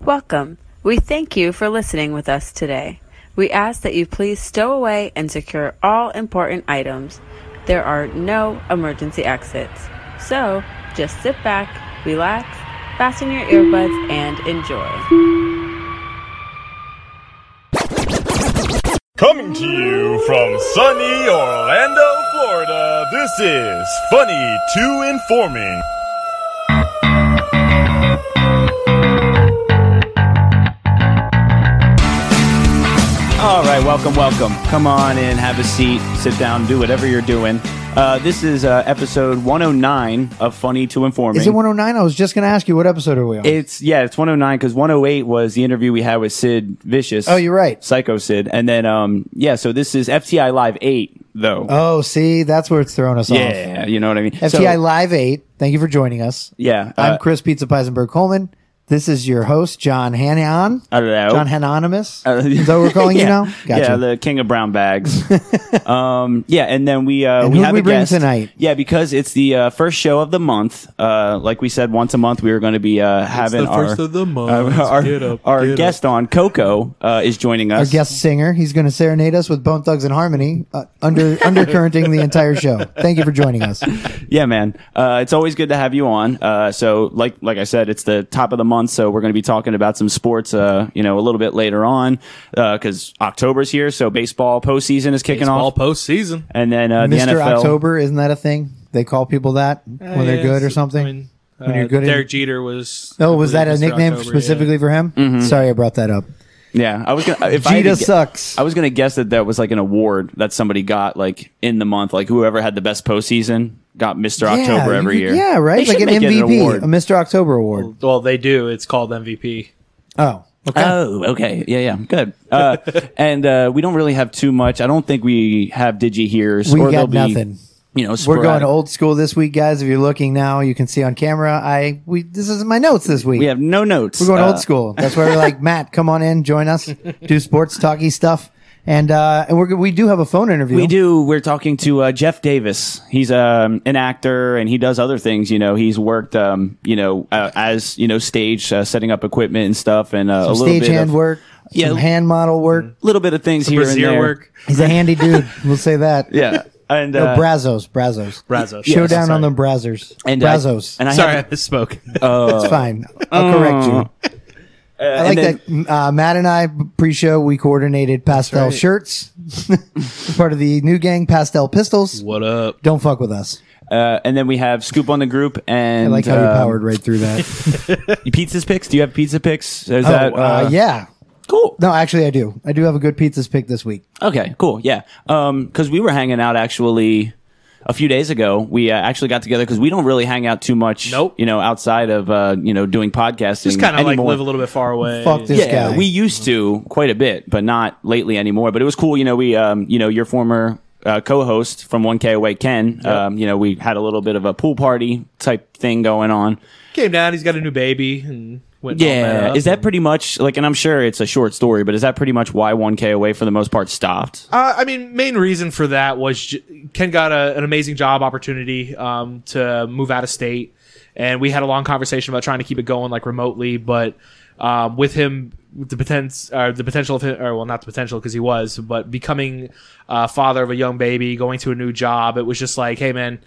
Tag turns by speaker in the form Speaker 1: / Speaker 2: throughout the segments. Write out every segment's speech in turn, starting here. Speaker 1: Welcome. We thank you for listening with us today. We ask that you please stow away and secure all important items. There are no emergency exits. So just sit back, relax, fasten your earbuds, and enjoy.
Speaker 2: Coming to you from sunny Orlando, Florida, this is Funny to Informing.
Speaker 3: All right, welcome, welcome. Come on in, have a seat, sit down, do whatever you're doing. Uh, this is uh, episode 109 of Funny to Informing.
Speaker 4: Is it 109? I was just going to ask you what episode are we on?
Speaker 3: It's yeah, it's 109 because 108 was the interview we had with Sid Vicious.
Speaker 4: Oh, you're right.
Speaker 3: Psycho Sid, and then um, yeah, so this is FTI Live Eight though.
Speaker 4: oh, see, that's where it's thrown us off.
Speaker 3: yeah, you know what I mean. So-
Speaker 4: FTI Live 8. Thank you for joining us.
Speaker 3: yeah,
Speaker 4: I'm
Speaker 3: uh,
Speaker 4: Chris Pizza Peisenberg Coleman. This is your host, John Hanan.
Speaker 3: I don't know.
Speaker 4: John Hanonimus.
Speaker 3: Uh,
Speaker 4: is that what we're calling
Speaker 3: yeah.
Speaker 4: you now? Gotcha.
Speaker 3: Yeah, the king of brown bags. um, yeah, and then we uh,
Speaker 4: And
Speaker 3: we
Speaker 4: who'd
Speaker 3: have
Speaker 4: we
Speaker 3: a
Speaker 4: bring
Speaker 3: guest
Speaker 4: tonight?
Speaker 3: Yeah, because it's the uh, first show of the month. Uh, like we said, once a month we were going to be uh, having
Speaker 5: the
Speaker 3: our uh,
Speaker 5: first of the month.
Speaker 3: our,
Speaker 5: Get up,
Speaker 3: our
Speaker 5: get up.
Speaker 3: guest on Coco uh, is joining
Speaker 4: Our
Speaker 3: us.
Speaker 4: guest singer. He's going to serenade us with Bone Thugs and Harmony, uh, under undercurrenting the entire show. Thank you for joining us.
Speaker 3: Yeah, man. Uh, it's always good to have you on. Uh, so, like, like I said, it's the top of the month, so we're going to be talking about some sports, uh, you know, a little bit later on, because October's here. So, baseball postseason is kicking
Speaker 5: All
Speaker 3: off,
Speaker 5: postseason.
Speaker 3: and then uh, the
Speaker 4: Mr.
Speaker 3: NFL.
Speaker 4: October, isn't that a thing? They call people that
Speaker 5: Uh,
Speaker 4: when they're good or something?
Speaker 5: when
Speaker 4: you're good in-
Speaker 5: uh, Derek Jeter was.
Speaker 4: oh, was
Speaker 5: I
Speaker 4: that a
Speaker 5: believe, Mr.
Speaker 4: nickname
Speaker 5: October,
Speaker 4: specifically for him?
Speaker 3: Mm-hmm.
Speaker 4: Sorry I brought that up.
Speaker 3: Yeah, I was gonna. If I had to
Speaker 4: Gita
Speaker 3: gue-
Speaker 4: sucks.
Speaker 3: I was gonna guess that that was like an award that somebody got like in the month, like whoever had the best postseason got Mister October
Speaker 4: you
Speaker 3: every
Speaker 4: could-
Speaker 3: year.
Speaker 4: Yeah, right.
Speaker 3: They
Speaker 4: like
Speaker 3: should
Speaker 4: an
Speaker 3: make it
Speaker 4: MVP,
Speaker 3: award.
Speaker 4: a Mr. October award.
Speaker 5: yeah. Well, they do. It's called MVP.
Speaker 4: Oh, okay.
Speaker 3: Oh, okay. Yeah, yeah. Good. Uh, and uh, we don't really have too much. I don't think we have Digi hears.
Speaker 4: We
Speaker 3: or
Speaker 4: got
Speaker 3: they'll be,
Speaker 4: nothing.
Speaker 3: You know,
Speaker 4: We're going
Speaker 3: sporadic.
Speaker 4: old school this week, guys. If you're looking now, you can see on camera. I we this isn't my notes this week.
Speaker 3: We have no notes.
Speaker 4: We're going
Speaker 3: Uh,
Speaker 4: old school. That's why we're like Matt, come on in, join us, do sports talky stuff, and uh, and we're g- we do have a phone interview.
Speaker 3: We do. We're talking to uh, Jeff Davis. He's um, an actor and he does other things. You know, he's worked, um, you know, uh, as you know, stage uh, setting up equipment and stuff, and uh, a little
Speaker 4: stage
Speaker 3: bit
Speaker 4: hand
Speaker 3: of,
Speaker 4: work,
Speaker 3: Yeah.
Speaker 4: some hand model work.
Speaker 3: little bit of things here and
Speaker 5: Brazier
Speaker 3: there.
Speaker 5: work.
Speaker 4: He's a handy dude. We'll say that.
Speaker 3: Yeah, and
Speaker 4: No,
Speaker 3: uh,
Speaker 4: Brazos, Brazos,
Speaker 5: Brazos.
Speaker 4: Showdown
Speaker 5: Yes,
Speaker 4: on
Speaker 5: sorry.
Speaker 4: the Brazos,
Speaker 3: and I-
Speaker 4: Brazos.
Speaker 3: and I uh,
Speaker 5: Sorry, I
Speaker 3: had-
Speaker 5: misspoke.
Speaker 4: it's fine.
Speaker 3: Oh.
Speaker 4: I'll correct you. I
Speaker 3: and
Speaker 4: like
Speaker 3: then-
Speaker 4: that uh, Matt and I pre-show we coordinated pastel shirts. Part of the new gang, pastel pistols.
Speaker 5: What up?
Speaker 4: Don't fuck with us.
Speaker 3: uh, and then we have Scoop on the group and
Speaker 4: I like how you
Speaker 3: um,
Speaker 4: powered right through that.
Speaker 3: Pizza's picks. Do you have pizza picks? Is
Speaker 4: oh,
Speaker 3: that
Speaker 4: uh, yeah.
Speaker 3: cool?
Speaker 4: No, actually, I do. I do have a good pizzas pick this week.
Speaker 3: Okay, cool. Yeah, because we were hanging out actually a few days ago. We uh, actually got together because we don't really hang out too much.
Speaker 5: Nope.
Speaker 3: You know, outside of uh, you know doing podcasting.
Speaker 5: Just kind of like
Speaker 3: anymore.
Speaker 5: live a little bit far away.
Speaker 4: Fuck this
Speaker 3: yeah,
Speaker 4: guy.
Speaker 3: we used to quite a bit, but not lately anymore. But it was cool, you know. We, um, you know, your former uh, co-host from 1K Away, Ken. Um, you know, we had a little bit of a pool party type thing going on.
Speaker 5: Came down. He's got a new baby and went. and all
Speaker 3: Yeah,
Speaker 5: up.
Speaker 3: is that pretty much like? And I'm sure it's a short story, but is that pretty much why 1K Away for the most part stopped?
Speaker 5: Uh, I mean, main reason for that was j- Ken got a, an amazing job opportunity um, to move out of state, and we had a long conversation about trying to keep it going like remotely, but um, with him, with the potential, uh, the potential of him, or well, not the potential because he was, but becoming uh, father of a young baby, going to a new job, it was just like, hey, man.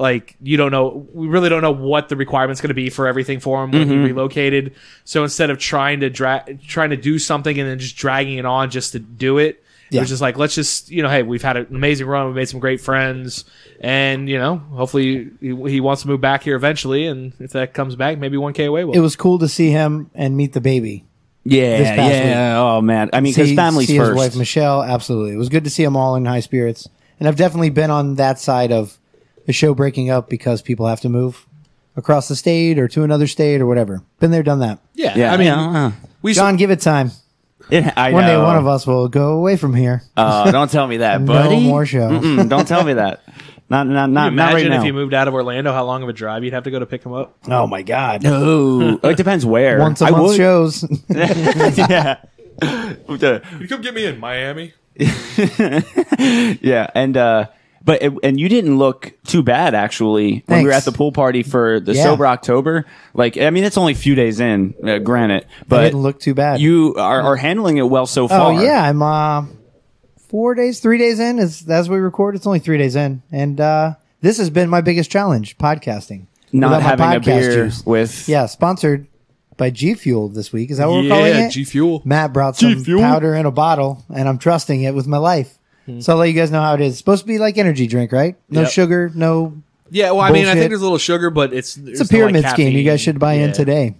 Speaker 5: Like you don't know, we really don't know what the requirements going to be for everything for him when
Speaker 4: Mm-hmm.
Speaker 5: he relocated. So instead of trying to drag, trying to do something and then just dragging it on just to do it,
Speaker 4: Yeah.
Speaker 5: it was just like, let's just, you know, hey, we've had an amazing run. We made some great friends. And, you know, hopefully he, he wants to move back here eventually. And if that comes back, maybe 1K away will.
Speaker 4: It was cool to see him and meet the baby. This
Speaker 3: Yeah,
Speaker 4: past
Speaker 3: yeah. Oh man, I mean, because
Speaker 4: See,
Speaker 3: families
Speaker 4: see
Speaker 3: first.
Speaker 4: his wife Michelle. Absolutely, it was good to see them all in high spirits. And I've definitely been on that side of the show breaking up because people have to move across the state or to another state or whatever. Been there, done that.
Speaker 5: yeah.
Speaker 3: yeah,
Speaker 5: I mean, uh,
Speaker 3: yeah.
Speaker 5: we
Speaker 4: John, give it time.
Speaker 3: Yeah, I
Speaker 4: One day,
Speaker 3: know.
Speaker 4: one of us will go away from here.
Speaker 3: Uh, don't tell me that,
Speaker 4: No
Speaker 3: buddy.
Speaker 4: more show.
Speaker 3: Mm-mm, don't tell me that. Not not not, not right
Speaker 5: imagine
Speaker 3: now.
Speaker 5: if you moved out of Orlando, how long of a drive you'd have to go to pick him up.
Speaker 4: Oh my god!
Speaker 3: no, it depends where.
Speaker 4: Once a
Speaker 3: I
Speaker 4: month
Speaker 3: would-
Speaker 4: shows.
Speaker 3: yeah.
Speaker 5: You come get me in Miami.
Speaker 3: yeah, and uh, But it, and you didn't look too bad actually when we were at
Speaker 4: Thanks.
Speaker 3: the pool party for the
Speaker 4: Yeah.
Speaker 3: sober October. Like I mean, it's only a few days in, uh, granted, but
Speaker 4: didn't look too bad.
Speaker 3: You are, are handling it well so far.
Speaker 4: Oh yeah, I'm uh, four days, three days in. As as we record, it's only three days in, and uh, this has been my biggest challenge: podcasting.
Speaker 3: not
Speaker 4: Without my
Speaker 3: having a beer
Speaker 4: juice.
Speaker 3: with
Speaker 4: Yeah, sponsored by G Fuel this week. Is that what we're calling
Speaker 5: Yeah,
Speaker 4: it?
Speaker 5: G Fuel.
Speaker 4: Matt brought some
Speaker 5: Fuel.
Speaker 4: powder in a bottle, and I'm trusting it with my life.
Speaker 3: Hmm.
Speaker 4: So I'll let you guys know how it is. It's supposed to be like energy drink, right? No
Speaker 5: Yep.
Speaker 4: sugar, no.
Speaker 5: Yeah, well, I mean, I think
Speaker 4: Bullshit.
Speaker 5: there's a little sugar, but it's
Speaker 4: It's a pyramid scheme. You guys should buy in today.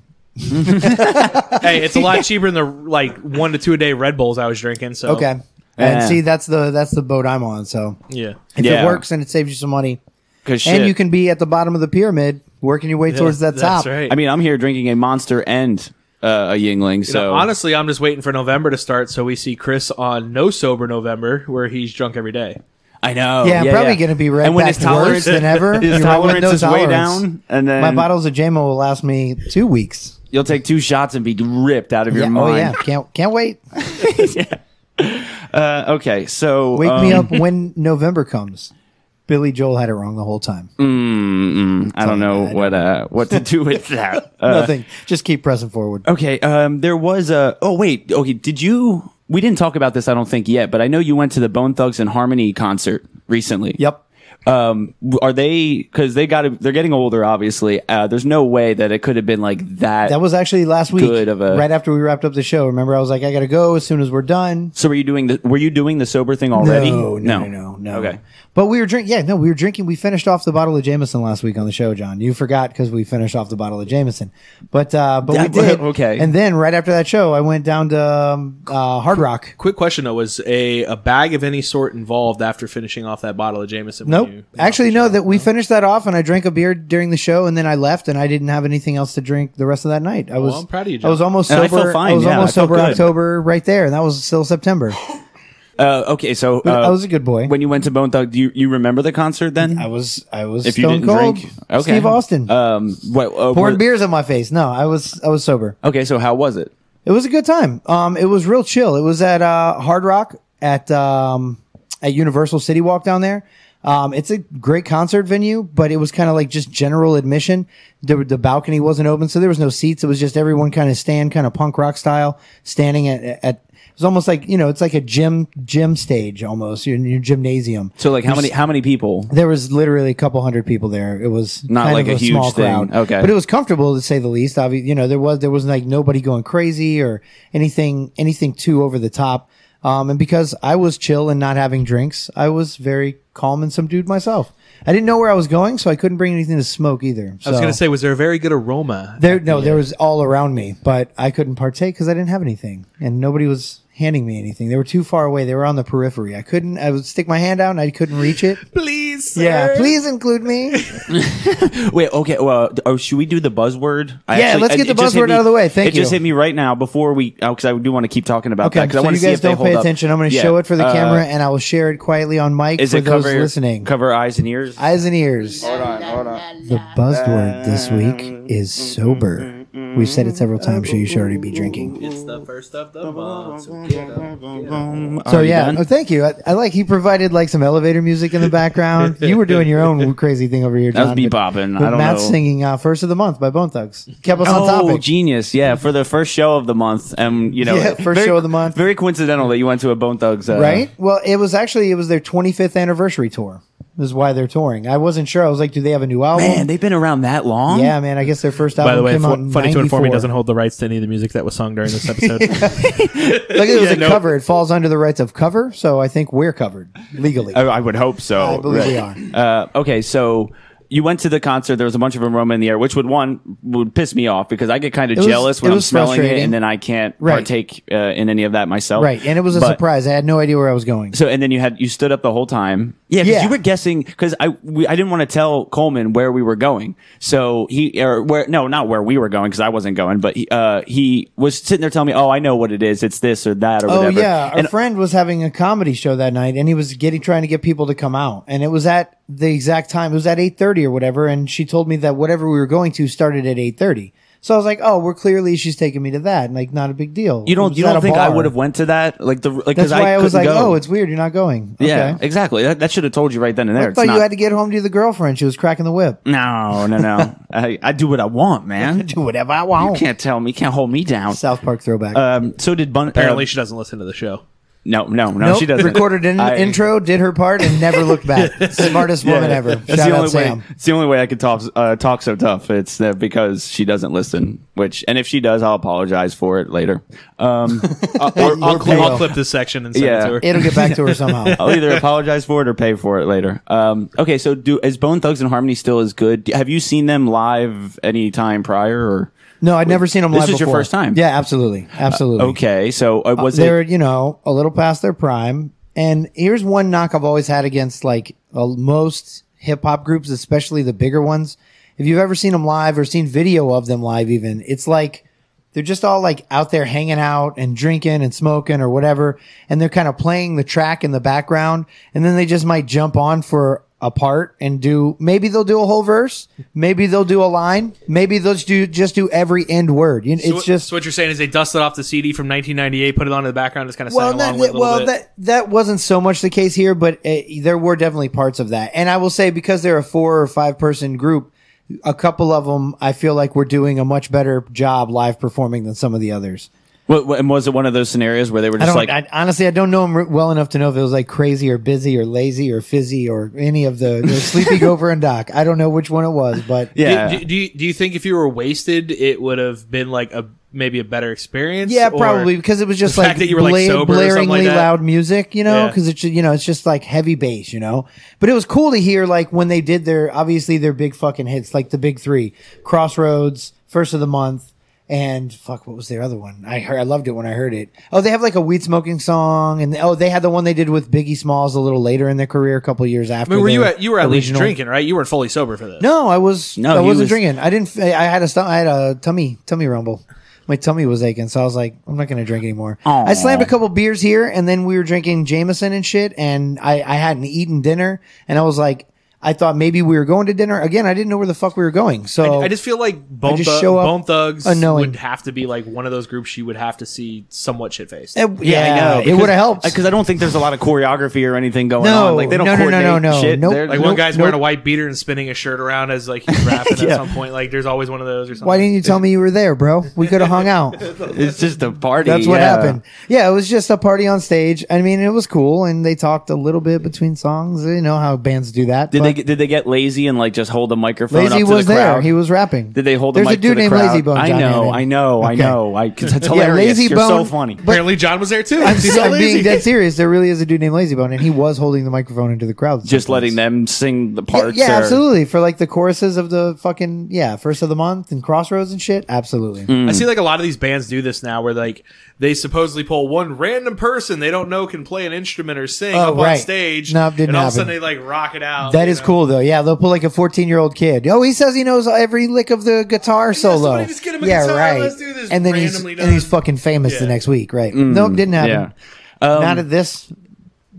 Speaker 5: hey, it's a lot cheaper than the like one to two a day Red Bulls I was drinking. So
Speaker 4: Okay.
Speaker 3: Yeah.
Speaker 4: And see, that's the that's the boat I'm on. So
Speaker 5: yeah,
Speaker 4: if
Speaker 3: Yeah.
Speaker 4: it works and it saves you some money,
Speaker 3: because
Speaker 4: and you can be at the bottom of the pyramid, working your way towards that top.
Speaker 5: That's right.
Speaker 3: I mean, I'm here drinking a monster and uh, a Yingling.
Speaker 5: You know,
Speaker 3: So
Speaker 5: honestly, I'm just waiting for November to start so we see Chris on No Sober November, where he's drunk every day.
Speaker 3: I know.
Speaker 4: Yeah, I'm probably going to be right
Speaker 3: And
Speaker 4: back
Speaker 3: when his
Speaker 4: to worse
Speaker 3: tolerance
Speaker 4: than ever. You're
Speaker 3: his
Speaker 4: right
Speaker 3: tolerance
Speaker 4: with no
Speaker 3: is way
Speaker 4: tolerance.
Speaker 3: down, and then
Speaker 4: My bottles of JMO will last me two weeks.
Speaker 3: you'll take two shots and be ripped out of your
Speaker 4: Yeah, oh yeah,
Speaker 3: mind.
Speaker 4: can't can't wait.
Speaker 3: Uh, okay, so
Speaker 4: Wake
Speaker 3: um,
Speaker 4: me up when November comes. Billy Joel had it wrong the whole time.
Speaker 3: uh, um, I don't know what uh, what to do with that. Uh,
Speaker 4: Nothing. Just keep pressing forward.
Speaker 3: Okay, um, there was a. Oh wait, okay. Did you? We didn't talk about this, I don't think yet, but I know you went to the Bone Thugs and Harmony concert recently.
Speaker 4: Yep.
Speaker 3: Um, w- are they? Because they got. They're getting older, obviously. Uh, there's no way that it could have been like that.
Speaker 4: That was actually last week,
Speaker 3: Good of a-
Speaker 4: right after we wrapped up the show. Remember, I was like, I gotta go as soon as we're done.
Speaker 3: So were you doing the? Were you doing the sober thing already?
Speaker 4: No, no, no, no, no.
Speaker 3: Okay.
Speaker 4: But we were drinking. Yeah, no, we were drinking. We finished off the bottle of Jameson last week on the show, John. You forgot because we finished off the bottle of Jameson. But uh, but
Speaker 3: Yeah,
Speaker 4: we did.
Speaker 3: okay.
Speaker 4: And then right after that show, I went down to um, uh, Hard Rock.
Speaker 5: Quick question though: Was a, a bag of any sort involved after finishing off that bottle of Jameson? when
Speaker 4: Nope.
Speaker 5: you-
Speaker 4: Actually, no. That we finished that off, and I drank a beer during the show, and then I left, and I didn't have anything else to drink the rest of that night. I was.
Speaker 5: I'm proud of you,
Speaker 4: I was
Speaker 5: John.
Speaker 4: almost
Speaker 3: And
Speaker 4: sober.
Speaker 3: I felt fine,
Speaker 4: was
Speaker 3: yeah,
Speaker 4: almost
Speaker 3: I felt
Speaker 4: sober
Speaker 3: good.
Speaker 4: October right there, and that was still September.
Speaker 3: Uh, okay. So
Speaker 4: But
Speaker 3: uh,
Speaker 4: I was a good boy.
Speaker 3: When you went to Bone Thug, do you, you remember the concert then?
Speaker 4: I was. I was.
Speaker 3: If you
Speaker 4: stone
Speaker 3: didn't
Speaker 4: cold.
Speaker 3: drink, okay.
Speaker 4: Steve Austin.
Speaker 3: Um, what, uh,
Speaker 4: pouring
Speaker 3: were-
Speaker 4: beers on my face. No, I was I was sober.
Speaker 3: Okay, so how was it?
Speaker 4: It was a good time. Um, it was real chill. It was at uh, Hard Rock at um, at Universal City Walk down there. Um, it's a great concert venue, but it was kind of like just general admission. The, the balcony wasn't open, so there was no seats. It was just everyone kind of stand, kind of punk rock style, standing at, at. It was almost like you know, it's like a gym gym stage almost in your gymnasium.
Speaker 3: So like how many how many people?
Speaker 4: There was literally a couple hundred people there. It was
Speaker 3: Not
Speaker 4: kind
Speaker 3: like
Speaker 4: of
Speaker 3: a huge
Speaker 4: small
Speaker 3: thing.
Speaker 4: crowd.
Speaker 3: Okay.
Speaker 4: but it was comfortable to say the least. Obviously, you know there was there was like nobody going crazy or anything anything too over the top. Um, and because I was chill and not having drinks, I was very calm and subdued myself. I didn't know where I was going, so I couldn't bring anything to smoke either.
Speaker 5: I was
Speaker 4: So-
Speaker 5: going to say, was there a very good aroma?
Speaker 4: there no there was all around me, but I couldn't partake because I didn't have anything and nobody was handing me anything. They were too far away. They were on the periphery. I couldn't. I would stick my hand out and I couldn't reach it.
Speaker 5: Please, sir.
Speaker 4: Yeah, please include me.
Speaker 3: Wait, okay. Well, d- oh, should we do the buzzword? I
Speaker 4: Yeah, let's get
Speaker 3: it
Speaker 4: the
Speaker 3: just hit
Speaker 4: buzzword
Speaker 3: me-
Speaker 4: out of the way. Thank
Speaker 3: it just
Speaker 4: you.
Speaker 3: hit me right now before we, because I do want to keep talking about
Speaker 4: Okay,
Speaker 3: that. Because I
Speaker 4: so
Speaker 3: want
Speaker 4: you
Speaker 3: to see
Speaker 4: guys
Speaker 3: if they
Speaker 4: don't
Speaker 3: hold
Speaker 4: pay
Speaker 3: up.
Speaker 4: attention. I'm going to
Speaker 3: Yeah.
Speaker 4: show it for the
Speaker 3: Uh,
Speaker 4: camera, and I will share it quietly on mic
Speaker 3: Is
Speaker 4: for
Speaker 3: it
Speaker 4: those
Speaker 3: cover
Speaker 4: listening.
Speaker 3: Cover eyes and ears.
Speaker 4: Eyes and ears. The buzzword this week is sober. We've said it several times, so you should already be drinking.
Speaker 5: It's the first of the month.
Speaker 4: So
Speaker 3: Are you
Speaker 4: yeah,
Speaker 3: done?
Speaker 4: oh, thank you. I, I like he provided like some elevator music in the background. you were doing your own crazy thing over here.
Speaker 3: That was
Speaker 4: John, but-
Speaker 3: bebopping.
Speaker 4: but
Speaker 3: I don't
Speaker 4: Matt's
Speaker 3: know.
Speaker 4: singing uh, first of the month by Bone Thugs kept us
Speaker 3: Oh,
Speaker 4: on topic.
Speaker 3: genius! Yeah, for the first show of the month, and you know,
Speaker 4: Yeah, first show of the month.
Speaker 3: Very coincidental that you went to a Bone Thugs, uh,
Speaker 4: right? Well, it was actually it was their 25th anniversary tour. Is why they're touring. I wasn't sure. I was like, do they have a new album?
Speaker 3: Man, they've been around that long.
Speaker 4: Yeah, man. I guess their first album
Speaker 5: By the way,
Speaker 4: came out.
Speaker 5: fu-
Speaker 4: in
Speaker 5: funny to inform me
Speaker 4: 94.
Speaker 5: doesn't hold the rights to any of the music that was sung during this episode.
Speaker 4: Like it was a
Speaker 5: no.
Speaker 4: cover. It falls under the rights of cover, so I think we're covered legally.
Speaker 3: I, I would hope so.
Speaker 4: I believe we
Speaker 3: are. Uh, okay, so you went to the concert. There was a bunch of aroma in the air, which would one would piss me off because I get kind of
Speaker 4: was-
Speaker 3: jealous when
Speaker 4: it
Speaker 3: I'm
Speaker 4: was
Speaker 3: smelling it,
Speaker 4: frustrating.
Speaker 3: and then I can't
Speaker 4: Right.
Speaker 3: partake uh, in any of that myself.
Speaker 4: right, and it was a
Speaker 3: But-
Speaker 4: surprise. I had no idea where I was going.
Speaker 3: So and then you had you stood up the whole time. Yeah, 'cause
Speaker 4: Yeah.
Speaker 3: you were guessing because I we, I didn't want to tell Coleman where we were going. So he or where no not where we were going because I wasn't going, but he, uh, he was sitting there telling me, oh I know what it is, it's this or that or
Speaker 4: Oh
Speaker 3: whatever.
Speaker 4: yeah, our
Speaker 3: and
Speaker 4: friend was having a comedy show that night, and he was getting trying to get people to come out, and it was at the exact time. It was at eight thirty or whatever, and she told me that whatever we were going to started at eight thirty. So I was like, oh, we're clearly she's taking me to that, and like not a big deal.
Speaker 3: You
Speaker 4: It
Speaker 3: don't.
Speaker 4: was
Speaker 3: You
Speaker 4: at
Speaker 3: don't
Speaker 4: a
Speaker 3: think I
Speaker 4: bar.
Speaker 3: would have went to that? Like the like
Speaker 4: That's
Speaker 3: because
Speaker 4: why I,
Speaker 3: I,
Speaker 4: was like,
Speaker 3: couldn't go.
Speaker 4: oh, it's weird. You're not going.
Speaker 3: yeah,
Speaker 4: Okay.
Speaker 3: exactly. That, that should have told you right then and there.
Speaker 4: I
Speaker 3: It's
Speaker 4: thought
Speaker 3: not,
Speaker 4: you had to get home to the girlfriend. She was cracking the whip.
Speaker 3: no, no, no. I, I do what I want, man.
Speaker 4: Do whatever I
Speaker 3: You
Speaker 4: want.
Speaker 3: can't tell me. You can't hold me down.
Speaker 4: South Park throwback.
Speaker 3: Um. So did Bun?
Speaker 5: Apparently,
Speaker 3: uh,
Speaker 5: she doesn't listen to the show.
Speaker 3: no, no, no.
Speaker 4: Nope.
Speaker 3: She doesn't.
Speaker 4: Recorded an
Speaker 3: I-
Speaker 4: intro, did her part, and never looked back. Smartest woman
Speaker 3: Yeah,
Speaker 4: ever.
Speaker 3: That's
Speaker 4: Shout
Speaker 3: the
Speaker 4: out
Speaker 3: only way.
Speaker 4: Sam.
Speaker 3: It's the only way I could talk uh, talk so tough. It's uh, because she doesn't listen. Which, and if she does, I'll apologize for it later. Um,
Speaker 5: I'll, I'll, I'll, clip,
Speaker 4: pale.
Speaker 5: I'll clip this section and send
Speaker 3: Yeah.
Speaker 5: it to her.
Speaker 4: It'll get back to her somehow.
Speaker 3: I'll either apologize for it or pay for it later. Um, okay, so do is Bone Thugs and Harmony still as good? Do- Have you seen them live any time prior? Or
Speaker 4: No, I'd never seen them
Speaker 3: This
Speaker 4: live.
Speaker 3: is your
Speaker 4: before.
Speaker 3: first time?
Speaker 4: Yeah, absolutely, absolutely.
Speaker 3: okay, so uh, was
Speaker 4: they're
Speaker 3: there?
Speaker 4: you know a little past their prime. And here's one knock I've always had against like uh, most hip hop groups, especially the bigger ones. If you've ever seen them live or seen video of them live, even it's like they're just all like out there hanging out and drinking and smoking or whatever, and they're kind of playing the track in the background, and then they just might jump on for a part and do maybe they'll do a whole verse, maybe they'll do a line, maybe they'll just do just do every end word. You-
Speaker 5: So
Speaker 4: It's
Speaker 5: what-
Speaker 4: just
Speaker 5: so what you're saying is they dusted off the CD from 1998, put it on in the background, just kind of sang
Speaker 4: well,
Speaker 5: along
Speaker 4: that,
Speaker 5: with it
Speaker 4: that,
Speaker 5: a little
Speaker 4: well
Speaker 5: bit.
Speaker 4: that that wasn't so much the case here, but uh there were definitely parts of that. And I will say because they're a four or five person group, a couple of them I feel like we're doing a much better job live performing than some of the others.
Speaker 3: What, what- and was it one of those scenarios where they were
Speaker 4: I
Speaker 3: just
Speaker 4: don't
Speaker 3: like,
Speaker 4: I, honestly I don't know them well enough to know if it was like crazy or busy or lazy or fizzy or any of the the sleepy gopher and doc. I don't know which one it was, but
Speaker 3: yeah,
Speaker 5: Do, do, do, you, do you think if you were wasted, it would have been like a maybe a better experience?
Speaker 4: Yeah,
Speaker 5: Or-
Speaker 4: probably because it was just
Speaker 5: the
Speaker 4: like,
Speaker 5: fact that you were, like,
Speaker 4: bla-
Speaker 5: sober or
Speaker 4: blaringly
Speaker 5: something like that?
Speaker 4: loud music, you know,
Speaker 5: Yeah.
Speaker 4: because it's you know it's just like heavy bass, you know. But it was cool to hear like when they did their obviously their big fucking hits, like the big three: Crossroads, First of the Month, and fuck, what was their other one? I heard, I loved it when I heard it. Oh, they have like a weed smoking song, and oh, they had the one they did with Biggie Smalls a little later in their career, a couple years
Speaker 5: I
Speaker 4: after.
Speaker 5: mean, were you
Speaker 4: their
Speaker 5: at you were at least
Speaker 4: original-
Speaker 5: drinking, right? You weren't fully sober for this.
Speaker 4: No, I was.
Speaker 3: No,
Speaker 4: No, I
Speaker 3: he
Speaker 4: wasn't
Speaker 3: was-
Speaker 4: drinking. I didn't. I had a stom- I had a tummy tummy rumble. My tummy was aching, so I was like, I'm not going to drink anymore.
Speaker 3: Aw.
Speaker 4: I slammed a couple beers here, and then we were drinking Jameson and shit, and I I hadn't eaten dinner, and I was like, I thought maybe we were going to dinner again. I didn't know where the fuck we were going, so
Speaker 5: I, I just feel like Bone,
Speaker 4: just
Speaker 5: Thug-
Speaker 4: show up
Speaker 5: Bone Thugs
Speaker 4: unknowing.
Speaker 5: would have to be like one of those groups you would have to see somewhat shit faced.
Speaker 4: It- Eh, yeah, It would have helped.
Speaker 3: because I don't think there's a lot of choreography or anything going
Speaker 4: No,
Speaker 3: on. Like they don't
Speaker 4: no, no, no,
Speaker 3: coordinate
Speaker 4: no, no.
Speaker 3: shit.
Speaker 4: Nope.
Speaker 3: They're-
Speaker 5: Like
Speaker 4: Nope,
Speaker 5: one guy's wearing a
Speaker 4: nope.
Speaker 5: white beater and spinning a shirt around as like he's rapping
Speaker 3: Yeah.
Speaker 5: at some point. Like there's always one of those or something.
Speaker 4: Why didn't you tell me you were there, bro? We could have hung out.
Speaker 3: it's just a party.
Speaker 4: That's what
Speaker 3: yeah.
Speaker 4: happened. Yeah, it was just a party on stage. I mean, it was cool, and they talked a little bit between songs. You know how bands do that.
Speaker 3: Did
Speaker 4: but-
Speaker 3: they get, did they get lazy and like just hold the microphone
Speaker 4: Lazy
Speaker 3: up to
Speaker 4: was
Speaker 3: the crowd?
Speaker 4: there. He was rapping.
Speaker 3: Did they hold
Speaker 4: There's
Speaker 3: the mic
Speaker 4: a dude
Speaker 3: to the
Speaker 4: named
Speaker 3: crowd?
Speaker 4: Lazy Bone.
Speaker 3: I
Speaker 4: John
Speaker 3: know,
Speaker 4: Hannon.
Speaker 3: I know, I
Speaker 4: Okay.
Speaker 3: know. I because that's hilarious.
Speaker 4: Lazy
Speaker 3: You're so
Speaker 4: Bone-
Speaker 3: funny.
Speaker 4: but-
Speaker 5: Apparently John was there too.
Speaker 4: I'm,
Speaker 5: He's
Speaker 4: I'm
Speaker 5: so lazy.
Speaker 4: being dead serious. There really is a dude named Lazybone, and he was holding the microphone into the crowd.
Speaker 3: Just
Speaker 4: sometimes.
Speaker 3: letting them sing the
Speaker 4: Yeah,
Speaker 3: parts.
Speaker 4: yeah,
Speaker 3: or-
Speaker 4: absolutely. For like the choruses of the fucking yeah, first of the month and crossroads and shit. Absolutely.
Speaker 3: Mm-hmm.
Speaker 5: I
Speaker 3: Mm.
Speaker 5: see like a lot of these bands do this now, where like they supposedly pull one random person they don't know can play an instrument or sing
Speaker 4: Oh,
Speaker 5: up on
Speaker 4: right.
Speaker 5: stage,
Speaker 4: No, it didn't
Speaker 5: and all of a
Speaker 4: happen.
Speaker 5: sudden they like rock it out.
Speaker 4: That
Speaker 5: you
Speaker 4: is
Speaker 5: know?
Speaker 4: cool though. Yeah, they'll put like a 14 year old kid. Oh, he says he knows every lick of the guitar solo.
Speaker 5: somebody just get him a guitar. Let's do this
Speaker 4: and then he's
Speaker 5: randomly
Speaker 4: and he's
Speaker 5: done.
Speaker 4: fucking famous the
Speaker 5: Yeah.
Speaker 4: next week, right? Nope, didn't
Speaker 3: Mm. Yeah.
Speaker 4: happen.
Speaker 3: Um,
Speaker 4: Not at this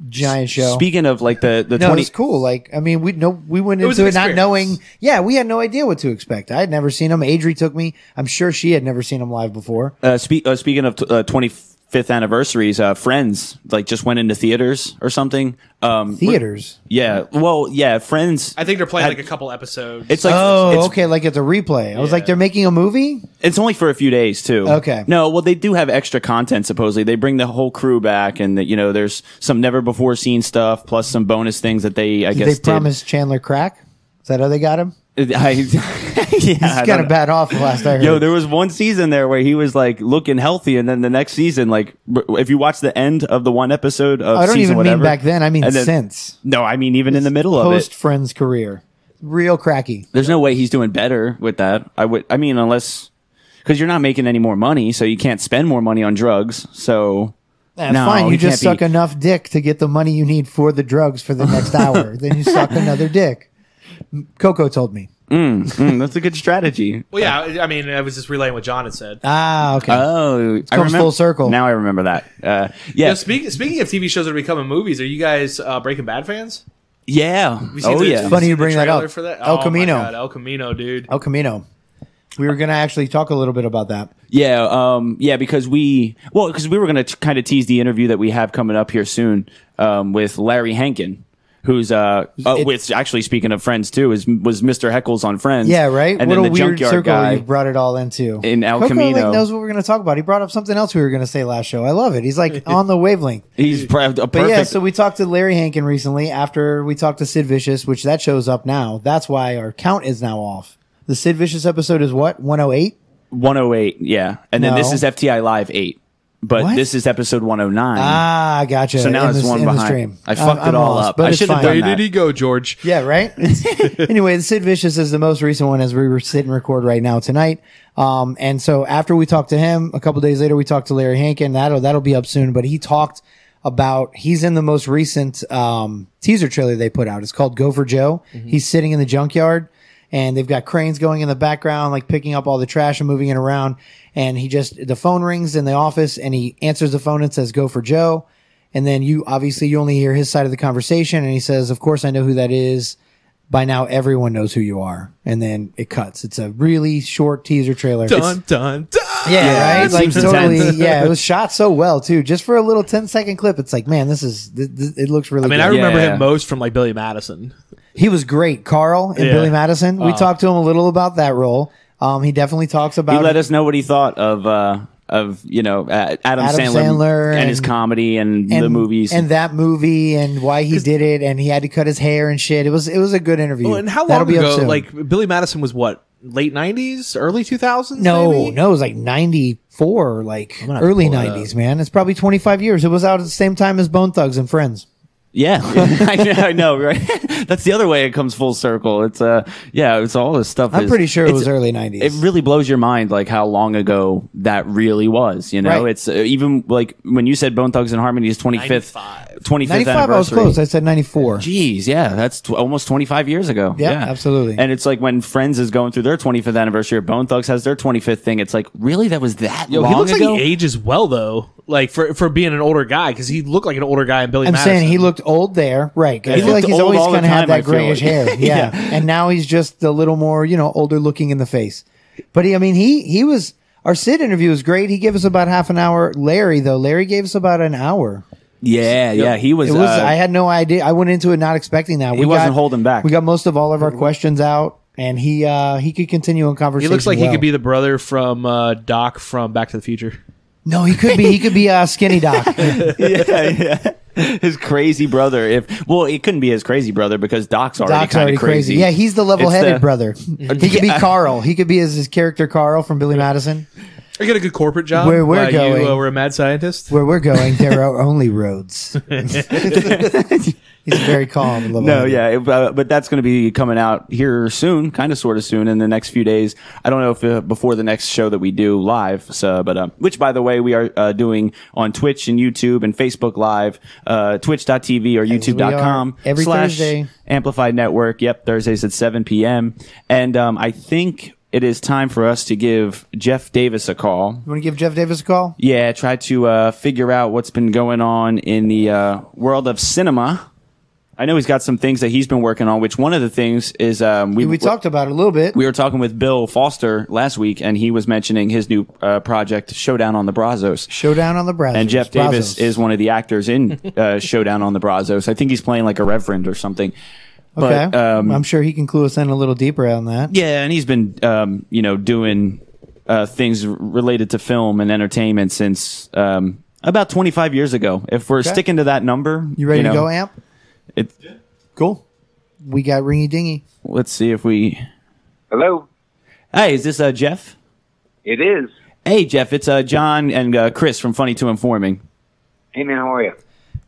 Speaker 4: giant show.
Speaker 3: Speaking of like the the
Speaker 4: no,
Speaker 3: twenty.
Speaker 4: it was cool. Like, I mean, we no, we went
Speaker 5: was
Speaker 4: into
Speaker 5: an
Speaker 4: it not
Speaker 5: experience.
Speaker 4: knowing. Yeah, we had no idea what to expect. I had never seen him. Adri took me. I'm sure she had never seen him live before.
Speaker 3: Uh, spe- uh, speaking of t- uh, 25th anniversaries, uh, Friends like just went into theaters or something. Um,
Speaker 4: Theaters.
Speaker 3: yeah. Well, yeah. Friends.
Speaker 5: I think they're playing
Speaker 3: I-
Speaker 5: like a couple episodes.
Speaker 3: It's like
Speaker 4: oh,
Speaker 3: it's,
Speaker 4: okay. Like it's a replay. I was like, they're making a movie.
Speaker 3: It's only for a few days too.
Speaker 4: Okay.
Speaker 3: No, well, they do have extra content. Supposedly, they bring the whole crew back, and you know, there's some never before seen stuff, plus some bonus things that they, I
Speaker 4: Did
Speaker 3: guess,
Speaker 4: they promised Chandler crack. Is that how they got him?
Speaker 3: Did. I, yeah, I
Speaker 4: He's got a
Speaker 3: don't know.
Speaker 4: bad off last I heard.
Speaker 3: Yo, there was one season there where he was like looking healthy, and then the next season, like b- if you watch the end of the one episode of
Speaker 4: I don't
Speaker 3: season
Speaker 4: even
Speaker 3: whatever,
Speaker 4: mean back then. I mean
Speaker 3: and
Speaker 4: since
Speaker 3: No, I mean even in the middle of
Speaker 4: post
Speaker 3: it.
Speaker 4: Friends career, real cracky.
Speaker 3: There's no way he's doing better with that. I would. I mean, unless because you're not making any more money, so you can't spend more money on drugs. So.
Speaker 4: That's
Speaker 3: No,
Speaker 4: Eh, fine. You
Speaker 3: he
Speaker 4: just
Speaker 3: can't
Speaker 4: suck
Speaker 3: be-
Speaker 4: enough dick to get the money you need for the drugs for the next hour. Then you suck another dick. Coco told me.
Speaker 3: Mm, that's a good strategy.
Speaker 5: well, yeah. I- I mean, I was just relaying what John had said.
Speaker 4: Ah, okay.
Speaker 3: Oh, it
Speaker 4: comes full circle.
Speaker 3: Now I remember that. Uh, yeah,
Speaker 5: Yeah, speak, speaking of TV shows that are becoming movies, are you guys uh, Breaking Bad fans?
Speaker 3: yeah.
Speaker 5: Have you seen
Speaker 3: Oh
Speaker 5: the-
Speaker 3: yeah.
Speaker 5: have
Speaker 4: Funny
Speaker 5: seen
Speaker 4: you
Speaker 5: the
Speaker 4: bring that
Speaker 5: trailer
Speaker 4: up.
Speaker 5: For that?
Speaker 4: El
Speaker 5: Oh my
Speaker 4: Camino.
Speaker 5: God, El Camino, dude.
Speaker 4: El Camino. We were going to actually talk a little bit about that.
Speaker 3: Yeah, um, yeah, because we well, because we were going to kind of tease the interview that we have coming up here soon um, with Larry Hankin, who's uh, uh
Speaker 4: It-
Speaker 3: with actually speaking of Friends too is was Mr. Heckles on Friends.
Speaker 4: Yeah, right.
Speaker 3: And
Speaker 4: what
Speaker 3: then
Speaker 4: a
Speaker 3: the
Speaker 4: weird
Speaker 3: junkyard
Speaker 4: circle
Speaker 3: guy.
Speaker 4: you brought it all into.
Speaker 3: in El
Speaker 4: Coco, like,
Speaker 3: Camino.
Speaker 4: knows what we're going to talk about. He brought up something else we were going to say last show. I love it. He's like on the wavelength.
Speaker 3: He's pr- a perfect.
Speaker 4: But yeah, so we talked to Larry Hankin recently after we talked to Sid Vicious, which that shows up now. That's why our count is now off. The Sid Vicious episode is what? 108?
Speaker 3: 108. Yeah, and then this
Speaker 4: No.
Speaker 3: is FTI Live eight, but
Speaker 4: What?
Speaker 3: this is episode 109.
Speaker 4: Ah, gotcha.
Speaker 3: So now
Speaker 4: In
Speaker 3: it's
Speaker 4: the-
Speaker 3: one
Speaker 4: in the
Speaker 3: behind.
Speaker 4: stream.
Speaker 3: I fucked it
Speaker 4: I'm
Speaker 3: all up.
Speaker 4: but
Speaker 3: I
Speaker 4: it's
Speaker 3: should've
Speaker 4: fine.
Speaker 3: done
Speaker 5: Where
Speaker 3: that.
Speaker 5: did he go, George?
Speaker 4: Yeah, right. anyway, the Sid Vicious is the most recent one as we were sit and record right now tonight. Um, and so after we talked to him, a couple days later, we talked to Larry Hankin. That'll that'll be up soon. But he talked about he's in the most recent um, teaser trailer they put out. It's called Go for Joe. He's sitting in the junkyard. And they've got cranes going in the background, like picking up all the trash and moving it around. And he just, the phone rings in the office and he answers the phone and says, go for Joe. And then you obviously you only hear his side of the conversation, and he says, "Of course, I know who that is. By now, everyone knows who you are." And then it cuts. It's a really short teaser trailer.
Speaker 5: Dun dun dun.
Speaker 4: Yeah, right.
Speaker 3: it
Speaker 4: like
Speaker 3: seems
Speaker 4: totally.
Speaker 3: intense.
Speaker 4: Yeah, it was shot so well too. Just for a little 10 second clip, it's like, man, this is. Th- th- it looks really.
Speaker 5: I mean,
Speaker 4: good.
Speaker 5: I remember
Speaker 3: Yeah.
Speaker 5: him most from like Billy Madison.
Speaker 4: he was great, Carl and
Speaker 5: Yeah. Uh.
Speaker 4: Billy Madison. We talked to him a little about that role. Um, he definitely talks about.
Speaker 3: he let us know what he thought of uh, of you know uh, Adam,
Speaker 4: Adam
Speaker 3: Sandler,
Speaker 4: Sandler
Speaker 3: and,
Speaker 4: and-
Speaker 3: his comedy and,
Speaker 4: and-
Speaker 3: the movies.
Speaker 4: and that movie and why he did it and he had to cut his hair and shit. It was it was a good interview.
Speaker 5: Oh, and how
Speaker 4: That'll
Speaker 5: long
Speaker 4: be up
Speaker 5: ago?
Speaker 4: soon.
Speaker 5: Like Billy Madison was what late nineties, early two thousands?
Speaker 4: No, no, it was like '94, like
Speaker 5: gonna have to
Speaker 4: early
Speaker 5: pull it up.
Speaker 4: '90s, man. It's probably 25 years. It was out at the same time as Bone Thugs and Friends.
Speaker 3: yeah, I, know, I know, right? That's the other way it comes full circle. It's uh, yeah, it's all this stuff.
Speaker 4: I'm
Speaker 3: is-
Speaker 4: pretty sure it
Speaker 3: it's-
Speaker 4: was early '90s.
Speaker 3: It really blows your mind, like how long ago that really was. You know,
Speaker 4: Right.
Speaker 3: it's uh, even like when you said Bone Thugs and Harmony's 25th,
Speaker 5: 95.
Speaker 3: 25th
Speaker 4: '95.
Speaker 3: anniversary.
Speaker 4: I was close. I said '94.
Speaker 3: Jeez, yeah, that's tw- almost 25 years ago.
Speaker 4: Yeah, absolutely.
Speaker 3: And it's like when Friends is going through their 25th anniversary, or Bone Thugs has their 25th thing. It's like, really, that was that
Speaker 5: Yo,
Speaker 3: long
Speaker 5: he looks
Speaker 3: ago?
Speaker 5: like he ages well though. Like for for being an older guy, because he looked like an older guy in Billy
Speaker 4: I'm
Speaker 5: Madison.
Speaker 4: saying he looked old there, right? 'cause I
Speaker 3: He
Speaker 4: feel like
Speaker 3: looked
Speaker 4: he's
Speaker 3: old
Speaker 4: always
Speaker 3: all the
Speaker 4: going to have
Speaker 3: time, I
Speaker 4: that
Speaker 3: feel
Speaker 4: grayish
Speaker 3: like.
Speaker 4: hair. Yeah. and now he's just a little more, you know, older looking in the face. But he, I mean, he he was our Sid interview was great. He gave us about half an hour. Larry though, Larry gave us about an hour.
Speaker 3: yeah, yeah, he was.
Speaker 4: It was.
Speaker 3: uh,
Speaker 4: I had no idea. I went into it not expecting that. We
Speaker 3: He wasn't holding back.
Speaker 4: We got most of all of
Speaker 5: Mm-hmm.
Speaker 4: our questions out, and he uh he could continue in
Speaker 5: He
Speaker 4: conversation.
Speaker 5: looks like he
Speaker 4: well.
Speaker 5: could be the brother from uh, Doc from Back to the Future.
Speaker 4: No, he could be. He could be uh, skinny doc.
Speaker 3: yeah, yeah. His crazy brother. If well, it couldn't be his crazy brother because Doc's already
Speaker 4: Doc's
Speaker 3: kind
Speaker 4: already
Speaker 3: of
Speaker 4: crazy.
Speaker 3: crazy.
Speaker 4: Yeah, he's the
Speaker 3: It's uh,
Speaker 4: level-headed
Speaker 3: the-
Speaker 4: brother. He could be Carl. He could be as his character Carl from Billy Madison.
Speaker 5: I get a good corporate job.
Speaker 4: Where we're
Speaker 5: while
Speaker 4: going.
Speaker 5: You uh, were a mad scientist.
Speaker 4: Where we're going, there are only roads. he's very calm. and
Speaker 3: No,
Speaker 4: level-headed.
Speaker 3: yeah, it- uh, but that's going to be coming out here soon, kind of, sort of soon in the next few days. I don't know if uh, before the next show that we do live, so but um, which by the way we are uh, doing on Twitch and YouTube and Facebook Live, uh, Twitch.tv or YouTube.com
Speaker 4: are every
Speaker 3: slash
Speaker 4: Thursday.
Speaker 3: Amplified Network. Yep, Thursdays at seven p.m. And um, I think it is time for us to give Jeff Davis a call.
Speaker 4: You want to give Jeff Davis a call?
Speaker 3: Yeah, try to uh, figure out what's been going on in the uh, world of cinema. I know he's got some things that he's been working on. Which one of the things is um, we
Speaker 4: We talked about it a little bit.
Speaker 3: we were talking with Bill Foster last week, and he was mentioning his new uh, project, Showdown on the Brazos.
Speaker 4: Showdown on the Brazos.
Speaker 3: And Jeff Davis
Speaker 4: Brazos.
Speaker 3: is one of the actors in uh, Showdown on the Brazos. I think he's playing like a reverend or something.
Speaker 4: okay.
Speaker 3: But, um,
Speaker 4: I'm sure he can clue us in a little deeper on that.
Speaker 3: yeah, and he's been, um, you know, doing uh, things r- related to film and entertainment since um, about 25 years ago. If we're sticking to that number,
Speaker 4: You ready to
Speaker 3: know,
Speaker 4: go, Amp?
Speaker 3: It,
Speaker 4: Cool. We got Ringy Dingy.
Speaker 3: let's see if we.
Speaker 6: Hello.
Speaker 3: Hey, is this uh, Jeff?
Speaker 6: It is.
Speaker 3: Hey, Jeff, it's uh, John and uh, Chris from Funny to Informing.
Speaker 6: Hey man, how are you?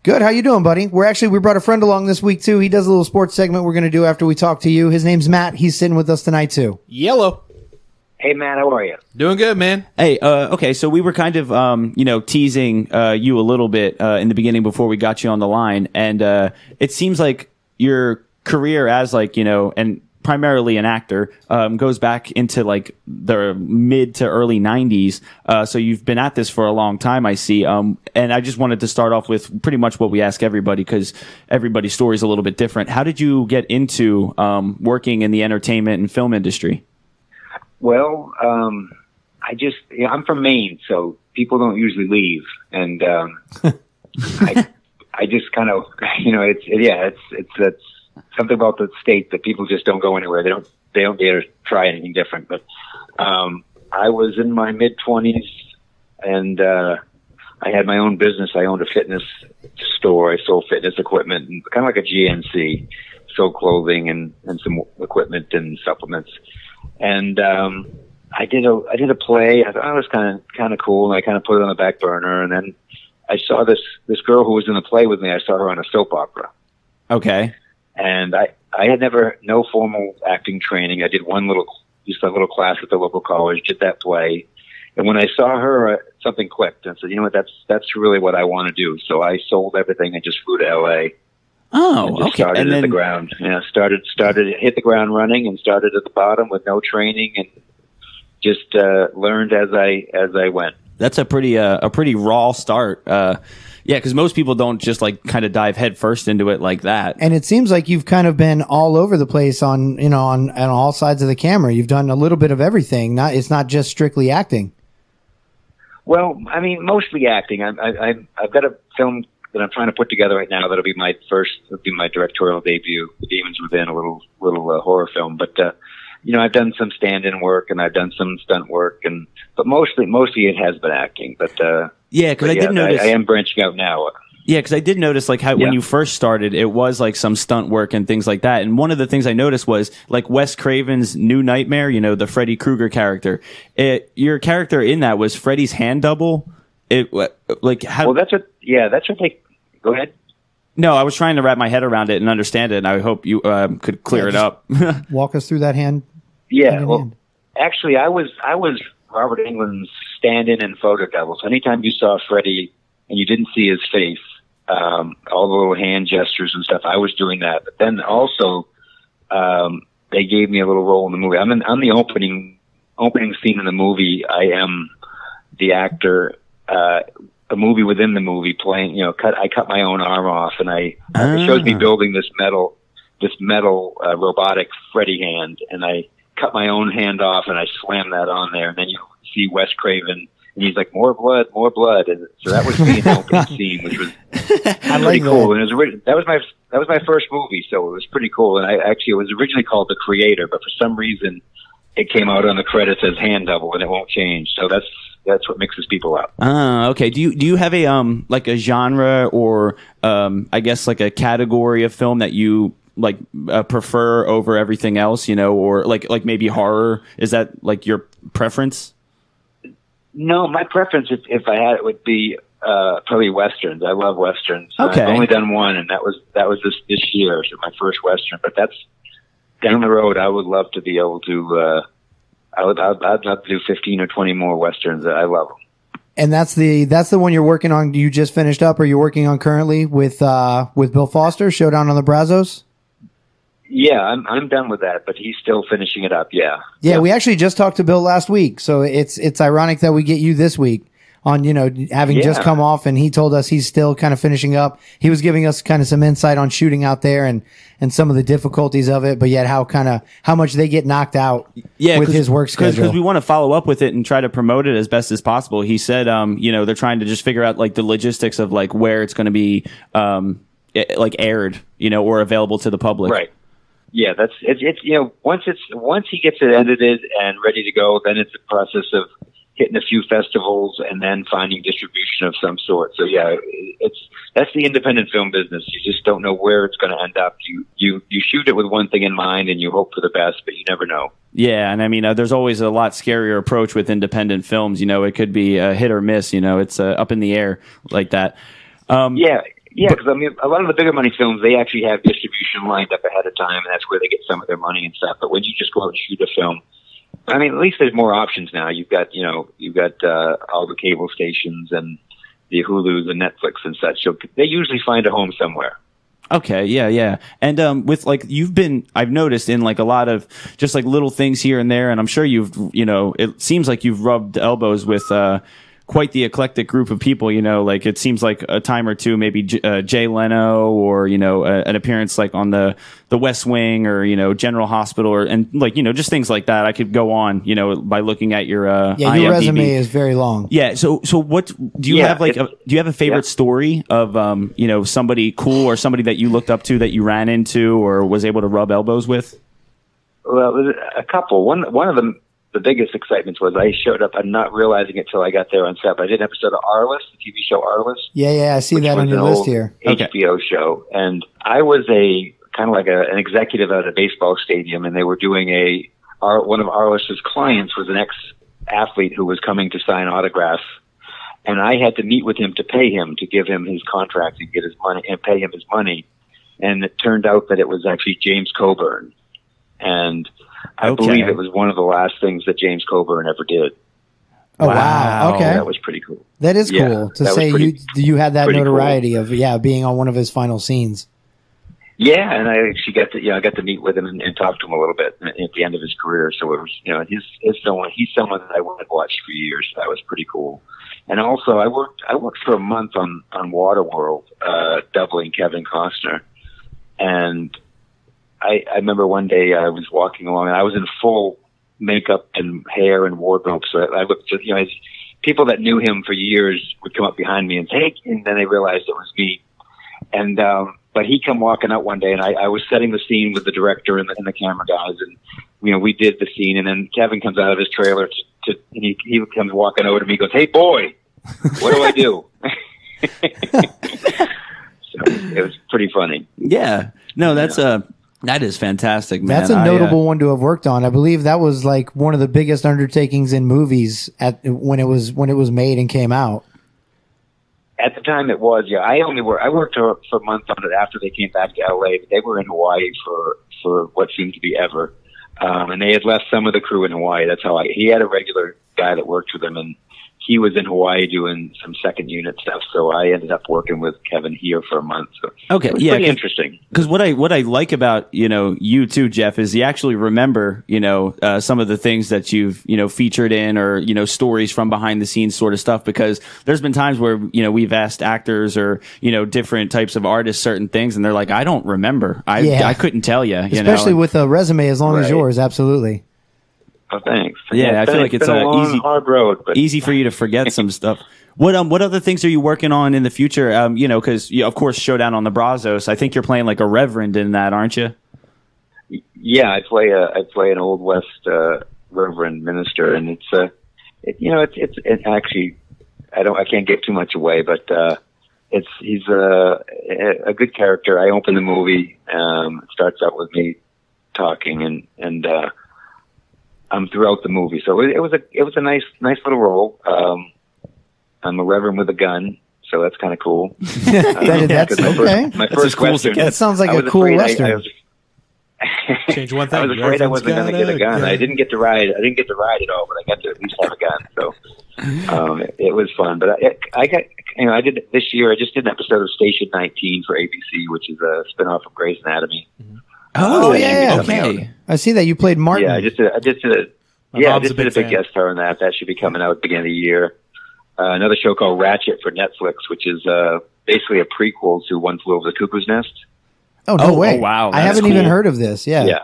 Speaker 4: Good. How you doing, buddy? We're actually we brought a friend along this week too. He does a little sports segment we're going to do after we talk to you. His name's Matt. He's sitting with us tonight too.
Speaker 5: Yellow,
Speaker 6: Hey Matt, how are you?
Speaker 5: doing good, man.
Speaker 3: Hey, uh, okay, so we were kind of, um, you know, teasing uh, you a little bit uh, in the beginning before we got you on the line, and uh, it seems like your career as like you know, and primarily an actor um, goes back into like the mid to early '90s. Uh, so you've been at this for a long time, I see. Um, and I just wanted to start off with pretty much what we ask everybody because everybody's story is a little bit different. How did you get into um, working in the entertainment and film industry?
Speaker 6: Well, um, I just yeah, I'm from Maine, so people don't usually leave, and um, I, I just kind of you know it's yeah it's it's that's something about the state that people just don't go anywhere. They don't they don't dare try anything different. But um, I was in my mid twenties, and uh, I had my own business. I owned a fitness store. I sold fitness equipment, and kind of like a GNC, sold clothing and and some equipment and supplements and um, I did a I did a play. I thought oh, it was kind of kind of cool, and I kind of put it on the back burner. And then I saw this this girl who was in the play with me. I saw her on a soap opera,
Speaker 3: Okay.
Speaker 6: and I I had never no formal acting training. I did one little just a little class at the local college. Did that play, and when I saw her, uh, something clicked, and I said, you know what, that's that's really what I want to do. So I sold everything and just flew to L.A. and
Speaker 3: Oh,
Speaker 6: just
Speaker 3: okay.
Speaker 6: started
Speaker 3: And
Speaker 6: at the
Speaker 3: then
Speaker 6: ground. Yeah, started started hit the ground running and started at the bottom with no training and just uh, learned as I as I went.
Speaker 3: that's a pretty uh, a pretty raw start. Uh, yeah, because most people don't just like kind of dive headfirst into it like that.
Speaker 4: And it seems like you've kind of been all over the place on, you know, on, on all sides of the camera. You've done a little bit of everything. Not it's not just strictly acting.
Speaker 6: Well, I mean, mostly acting. I, I, I, I've got a film that I'm trying to put together right now. That'll be my first, that'll be my directorial debut. The Demons Within, a little little uh, horror film. But uh, you know, I've done some stand-in work and I've done some stunt work, and but mostly mostly it has been acting. But uh,
Speaker 3: Yeah, because
Speaker 6: but
Speaker 3: I
Speaker 6: yeah,
Speaker 3: did notice. Oh.
Speaker 6: I, am branching out now.
Speaker 3: Yeah, because I did notice like how when
Speaker 6: Yeah.
Speaker 3: you first started, it was like some stunt work and things like that. And one of the things I noticed was like Wes Craven's New Nightmare, you know, the Freddy Krueger character. It, your character in that was Freddy's hand double. It wa- like how?
Speaker 6: Well, that's what. Yeah, that's what they. Go ahead.
Speaker 3: no, I was trying to wrap my head around it and understand it, and I hope you um, could clear
Speaker 4: Yeah,
Speaker 3: it up.
Speaker 4: Walk us through that hand.
Speaker 6: Yeah,
Speaker 4: in
Speaker 6: well,
Speaker 4: hand.
Speaker 6: actually, I was I was Robert England's stand-in and photo double. So anytime you saw Freddie and you didn't see his face, um, all the little hand gestures and stuff, I was doing that. But then also, um, they gave me a little role in the movie. I'm in, I'm the opening opening scene in the movie. I am the actor. Uh, a movie within the movie playing, you know, cut, I cut my own arm off and I, it shows me building this metal, this metal, uh, robotic Freddy hand and I cut my own hand off and I slammed that on there. And then you see Wes Craven and he's like, more blood, more blood. And so that was me in the opening scene, which was
Speaker 4: I
Speaker 6: pretty
Speaker 4: like
Speaker 6: cool.
Speaker 4: that.
Speaker 6: And it was orig- that was my that was my first movie, so it was pretty cool. And I actually it was originally called The Creator, but for some reason it came out on the credits as Hand Double, and it won't change. So that's that's what mixes people up.
Speaker 3: Ah, okay. Do you do you have a um like a genre or um I guess like a category of film that you like uh, prefer over everything else? You know, or like like maybe horror is that like your preference?
Speaker 6: No, my preference, if, if I had it, would be uh, probably westerns. I love westerns. And
Speaker 3: Okay.
Speaker 6: I've only done one, and that was that was this this year, so my first western. But that's down the road. I would love to be able to. Uh, I would. I'd, I'd love to do fifteen or twenty more westerns. I love them.
Speaker 4: And that's the that's the one you're working on. You just finished up, or you're working on currently with uh with Bill Foster, Showdown on the Brazos.
Speaker 6: Yeah, I'm I'm done with that, but he's still finishing it up. Yeah,
Speaker 4: Yeah, we actually just talked to Bill last week, so it's it's ironic that we get you this week on you know having just
Speaker 6: Yeah.
Speaker 4: come off, and he told us he's still kind of finishing up. He was giving us kind of some insight on shooting out there and and some of the difficulties of it, but yet how kind of how much they get knocked out with
Speaker 3: 'cause-
Speaker 4: his work
Speaker 3: cause,
Speaker 4: schedule.
Speaker 3: 'cause we want to follow up with it and try to promote it as best as possible. He said, um, you know, they're trying to just figure out like the logistics of like where it's going to be, um, i- like aired, you know, or available to the public.
Speaker 6: right. Yeah, that's it's it's you know once it's once he gets it edited and ready to go, then it's a process of hitting a few festivals and then finding distribution of some sort. So yeah, it's that's the independent film business. You just don't know where it's going to end up. You you you shoot it with one thing in mind and you hope for the best, but you never know.
Speaker 3: Yeah, and I mean, uh, there's always a lot scarier approach with independent films. You know, it could be a hit or miss. You know, it's uh, up in the air like that. Um,
Speaker 6: Yeah, yeah, because I mean, a lot of the bigger money films they actually have distribution lined up ahead of time, and that's where they get some of their money and stuff. But when you just go out and shoot a film, I mean, at least there's more options now. You've got you know you've got uh, all the cable stations and the Hulu's and Netflix and such. So they usually find a home somewhere.
Speaker 3: Okay, yeah, yeah. And um with like you've been I've noticed in like a lot of just like little things here and there and I'm sure you've you know, it seems like you've rubbed elbows with uh quite the eclectic group of people. You know, like it seems like a time or two, maybe J- uh, Jay Leno or you know a, an appearance like on the the West Wing or you know General Hospital or and like you know just things like that. I could go on you know by looking at your uh,
Speaker 4: Yeah, your
Speaker 3: IMDb.
Speaker 4: resume is very long.
Speaker 3: Yeah. So, so what do you
Speaker 6: Yeah,
Speaker 3: have like?
Speaker 6: it-
Speaker 3: A, do you have a favorite story of um, you know, somebody cool or somebody that you looked up to that you ran into or was able to rub elbows with?
Speaker 6: Well, it was a couple. One one of the the biggest excitements was I showed up. I'm not realizing it till I got there on set. But I did an episode of Arliss, the TV show Arliss.
Speaker 4: Yeah, yeah, I see that on
Speaker 6: was
Speaker 4: your
Speaker 6: an
Speaker 4: list
Speaker 6: old
Speaker 4: here.
Speaker 3: Okay.
Speaker 6: HBO show, and I was a kind of like a, an executive at a baseball stadium, and they were doing a our, one of Arliss's clients was an ex athlete who was coming to sign autographs, and I had to meet with him to pay him to give him his contract and get his money and pay him his money, and it turned out that it was actually James Coburn, and I
Speaker 3: Okay.
Speaker 6: believe it was one of the last things that James Coburn ever did.
Speaker 4: Oh wow,
Speaker 3: Wow.
Speaker 4: okay,
Speaker 6: That was pretty cool.
Speaker 4: that is cool
Speaker 6: yeah,
Speaker 4: to
Speaker 6: that was
Speaker 4: say you
Speaker 6: pretty-
Speaker 4: you had that
Speaker 6: pretty cool.
Speaker 4: notoriety of yeah being on one of his final scenes.
Speaker 6: Yeah, and I actually got to you know I got to meet with him and, and talk to him a little bit at at the end of his career. So it was you know he's he's someone he's someone that I had watched for years. So that was pretty cool. And also I worked I worked for a month on on Waterworld, uh, doubling Kevin Costner, and I I remember one day I was walking along and I was in full makeup and hair and wardrobe. So I, I looked just you know. As, People that knew him for years would come up behind me and say, hey, and then they realized it was me. And um, but he come walking out one day, and I, I was setting the scene with the director and the, and the camera guys, and you know we did the scene, and then Kevin comes out of his trailer to, to and he, he comes walking over to me, he goes, "Hey boy, what do I do?" so it was pretty funny.
Speaker 3: Yeah. No, that's uh that is fantastic, man.
Speaker 4: That's a
Speaker 3: I, uh,
Speaker 4: notable one to have worked on. I believe that was like one of the biggest undertakings in movies at when it was when it was made and came out.
Speaker 6: At the time, it was yeah. I only wor I worked for, for a month on it after they came back to L.A. But they were in Hawaii for for what seemed to be ever, um, and they had left some of the crew in Hawaii. That's how I. He had a regular guy that worked with him, and he was in Hawaii doing some second unit stuff. So I ended up working with Kevin here for a month. So
Speaker 3: Okay,
Speaker 6: it was
Speaker 3: yeah,
Speaker 6: pretty
Speaker 3: 'cause-
Speaker 6: interesting.
Speaker 3: because what I what I like about you know you too, Jeff, is you actually remember you know uh, some of the things that you've you know featured in or you know stories from behind the scenes sort of stuff. Because there's been times where you know we've asked actors or you know different types of artists certain things, and they're like, I don't remember. I
Speaker 4: Yeah.
Speaker 3: I couldn't tell ya, you. You
Speaker 4: Especially
Speaker 3: know?
Speaker 4: with a resume as long as
Speaker 6: Right.
Speaker 4: yours, absolutely.
Speaker 6: Oh, thanks.
Speaker 3: Yeah, I feel
Speaker 6: been-
Speaker 3: like it's
Speaker 6: been
Speaker 3: a
Speaker 6: a long,
Speaker 3: easy-
Speaker 6: hard road, but
Speaker 3: easy for you to forget some stuff. What um what other things are you working on in the future? Um, you know, because you, of course Showdown on the Brazos. I think you're playing like a reverend in that, aren't you?
Speaker 6: yeah, I play a I play an old west uh, reverend minister, and it's uh, it, you know it's it's it actually I don't I can't give too much away, but uh, it's he's a a good character. I open the movie. Um, it starts out with me talking, and and uh, I'm throughout the movie, so it, it was a it was a nice nice little role. Um, I'm a reverend with a gun. So that's kind of cool. Uh,
Speaker 4: That, that's
Speaker 6: my
Speaker 4: okay.
Speaker 6: First, my
Speaker 3: That's as
Speaker 6: first
Speaker 3: cool as it
Speaker 6: Western.
Speaker 3: gets.
Speaker 4: That sounds like
Speaker 6: I
Speaker 4: a
Speaker 6: was
Speaker 4: cool
Speaker 6: afraid I-
Speaker 4: western.
Speaker 6: I was
Speaker 5: Change one thing.
Speaker 6: I was afraid I
Speaker 5: Everyone's
Speaker 6: wasn't going to
Speaker 5: got
Speaker 6: get a gun. I
Speaker 5: gun.
Speaker 6: didn't get to ride. I didn't get to ride at all, but I got to at least have a gun. So um, it, it was fun. But I, I got, you know, I did this year. I just did an episode of Station 19 for ABC, which is a spinoff of Grey's Anatomy.
Speaker 4: Oh, yeah,
Speaker 3: okay.
Speaker 4: I see that you played Martin.
Speaker 6: Yeah, I just did. I just did. A,
Speaker 5: My
Speaker 6: yeah, I
Speaker 5: mom's
Speaker 6: just
Speaker 5: a
Speaker 6: did a
Speaker 5: big
Speaker 6: big
Speaker 5: fan.
Speaker 6: guest star on that. That should be coming out at the beginning of the year. Uh, another show called Ratchet for Netflix, which is uh, basically a prequel to One Flew Over the Cuckoo's Nest.
Speaker 4: oh no
Speaker 3: Oh,
Speaker 4: way!
Speaker 3: oh, wow,
Speaker 4: I
Speaker 3: that's
Speaker 4: haven't even
Speaker 3: cool.
Speaker 4: heard of this. Yeah.
Speaker 6: Yeah.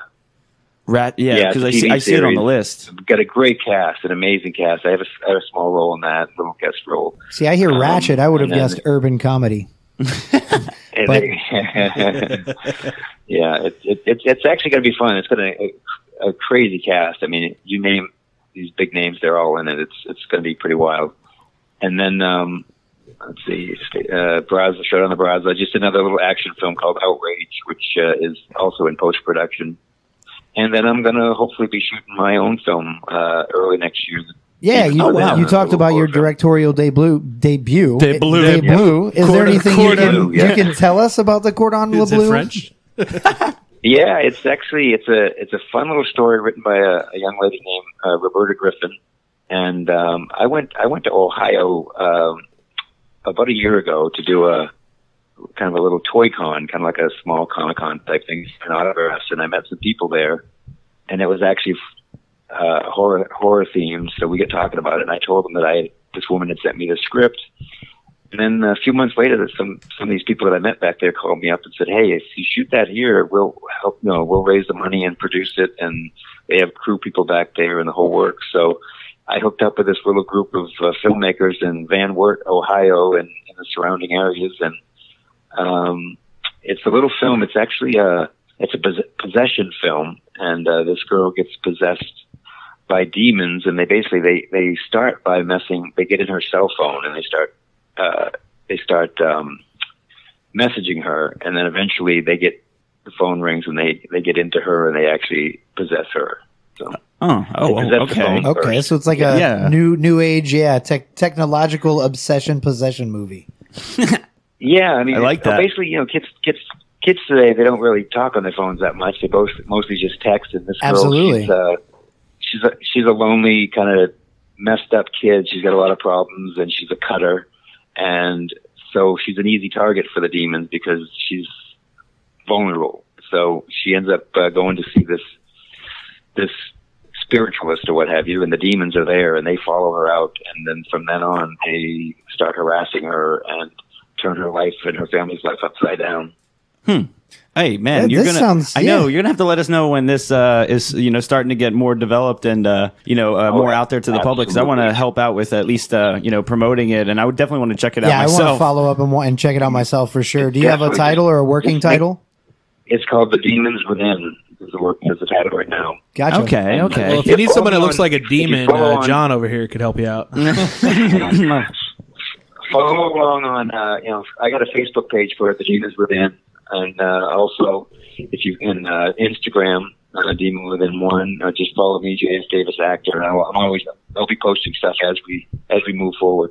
Speaker 3: Rat. Yeah,
Speaker 6: Yeah,
Speaker 3: because I
Speaker 6: TV
Speaker 3: see I see it on
Speaker 6: series.
Speaker 3: the list.
Speaker 6: got a great cast, an amazing cast. I have a, I have a small role in that, little guest role.
Speaker 4: See, I hear
Speaker 6: Um,
Speaker 4: Ratchet. I would have
Speaker 6: and then-
Speaker 4: guessed urban comedy.
Speaker 6: And
Speaker 4: But-
Speaker 6: it- yeah, it, it, it's it's actually going to be fun. It's going to a crazy cast. I mean, you name these big names, they're all in it. It's it's going to be pretty wild. And then um, let's see, uh, Brazza showed on the Brazza. Just another little action film called Outrage, which uh, is also in post production. And then I'm going to hopefully be shooting my own film uh, early next year.
Speaker 4: Yeah, you,
Speaker 3: Oh, wow.
Speaker 4: you talked about your
Speaker 6: director.
Speaker 4: directorial debut. Debut.
Speaker 3: Debut.
Speaker 4: Debut. Is there
Speaker 5: Cordon-
Speaker 4: anything you can
Speaker 5: Cordon,
Speaker 6: yeah.
Speaker 4: you can tell us about the Cordon
Speaker 5: Is
Speaker 4: Bleu?
Speaker 5: it French?
Speaker 6: Yeah, it's actually it's a it's a fun little story written by a, a young lady named uh, Roberta Griffin, and um, I went I went to Ohio um, about a year ago to do a kind of a little toy con, kind of like a small comic con type thing, an autographs, and I met some people there, and it was actually uh, horror horror themed. So we got talking about it, and I told them that I had this woman had sent me the script. And then a few months later, that some some of these people that I met back there called me up and said, "Hey, if you shoot that here, we'll help. You know, we'll raise the money and produce it." And they have crew people back there and the whole work. So I hooked up with this little group of uh, filmmakers in Van Wert, Ohio, and in the surrounding areas. And um, it's a little film. It's actually a it's a pos- possession film, and uh, this girl gets possessed by demons, and they basically they they start by messing. They get in her cell phone and they start uh, they start um, messaging her, and then eventually they get the phone rings and they they get into her and they actually possess her. So
Speaker 3: Oh, oh,
Speaker 6: Because
Speaker 3: oh,
Speaker 6: that's the
Speaker 3: okay.
Speaker 6: bone.
Speaker 4: Okay, so it's like a
Speaker 3: Yeah.
Speaker 4: new new age, yeah, tech technological obsession possession movie.
Speaker 6: yeah, I mean,
Speaker 3: I like
Speaker 6: so
Speaker 3: that.
Speaker 6: Basically, you know, kids kids kids today they don't really talk on their phones that much. They both mostly just text. And this girl,
Speaker 4: Absolutely.
Speaker 6: she's uh, she's a, she's a lonely kind of messed up kid. She's got a lot of problems, and she's a cutter, and so she's an easy target for the demons because she's vulnerable. So she ends up uh, going to see this this spiritualist or what have you, and the demons are there, and they follow her out, and then from then on they start harassing her and turn her life and her family's life upside down.
Speaker 3: Hey man,
Speaker 4: Yeah,
Speaker 3: you're
Speaker 4: this
Speaker 3: gonna.
Speaker 4: sounds-
Speaker 3: I know
Speaker 4: yeah.
Speaker 3: you're gonna have to let us know when this uh, is, you know, starting to get more developed and uh, you know uh, more out there to the public 'cause public. Because I want to
Speaker 6: absolutely.
Speaker 3: help out with at least uh, you know promoting it, and I would definitely want to check it out
Speaker 4: yeah, I want to
Speaker 3: myself.
Speaker 4: follow up and wa- and check it out myself for sure. Do you have a
Speaker 6: Definitely.
Speaker 4: title or a working
Speaker 6: Just make-
Speaker 4: title?
Speaker 6: It's called The Demons Within. Is the work that's the title right now.
Speaker 4: Gotcha.
Speaker 3: Okay, okay.
Speaker 5: Well, if you need someone that looks
Speaker 6: Follow
Speaker 5: like
Speaker 6: on-
Speaker 5: a demon,
Speaker 6: follow
Speaker 5: uh,
Speaker 6: on-
Speaker 5: John over here could help you out.
Speaker 6: Follow along on, uh, you know, I got a Facebook page for it, The Demons Within, and uh, also if you can uh, Instagram. Uh, Demon Within One. Uh, just follow me, J.S. Davis Actor. And I'll, I'm always I'll be posting stuff as we as we move forward.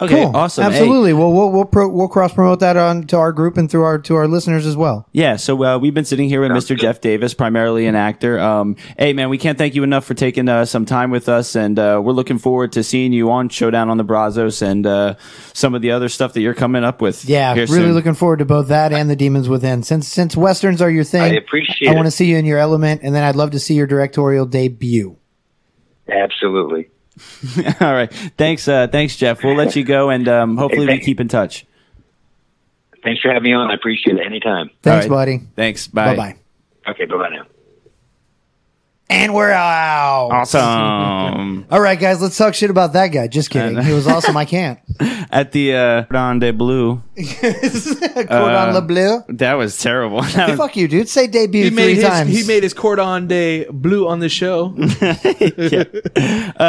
Speaker 3: okay,
Speaker 4: Cool.
Speaker 3: awesome. Hey,
Speaker 4: Absolutely. Well, we'll we'll, pro- we'll cross promote that on to our group and through our to our listeners as well.
Speaker 3: Yeah, so uh, we've been sitting here with Mr. Jeff Davis, primarily an actor. Um, hey, man, we can't thank you enough for taking uh, some time with us, and uh, we're looking forward to seeing you on Showdown on the Brazos and uh, some of the other stuff that you're coming up with.
Speaker 4: Yeah,
Speaker 3: here
Speaker 4: really
Speaker 3: soon.
Speaker 4: looking forward to both that and the Demons Within. Since since westerns are your thing,
Speaker 6: I appreciate
Speaker 4: I want to
Speaker 6: it.
Speaker 4: see you in your element, and then I'd love to see your directorial debut.
Speaker 6: Absolutely.
Speaker 3: All right, thanks, uh, thanks, Jeff. We'll let you go, and um, hopefully we
Speaker 6: thank-
Speaker 3: keep in touch.
Speaker 6: Thanks for having me on. I appreciate it anytime.
Speaker 4: Thanks,
Speaker 3: right.
Speaker 4: buddy.
Speaker 3: Thanks, bye.
Speaker 4: Bye bye.
Speaker 6: Okay, bye bye now.
Speaker 4: And we're out.
Speaker 3: Awesome.
Speaker 4: All right, guys, let's talk shit about that guy. Just kidding. He was awesome. I can't.
Speaker 3: At the uh, Cordon de Bleu,
Speaker 4: Cordon
Speaker 3: Uh,
Speaker 4: bleu.
Speaker 3: that was terrible. That was-
Speaker 4: Fuck you, dude. Say debut
Speaker 5: He
Speaker 4: three
Speaker 5: made his
Speaker 4: times.
Speaker 5: he made his cordon de bleu on the show.
Speaker 3: uh,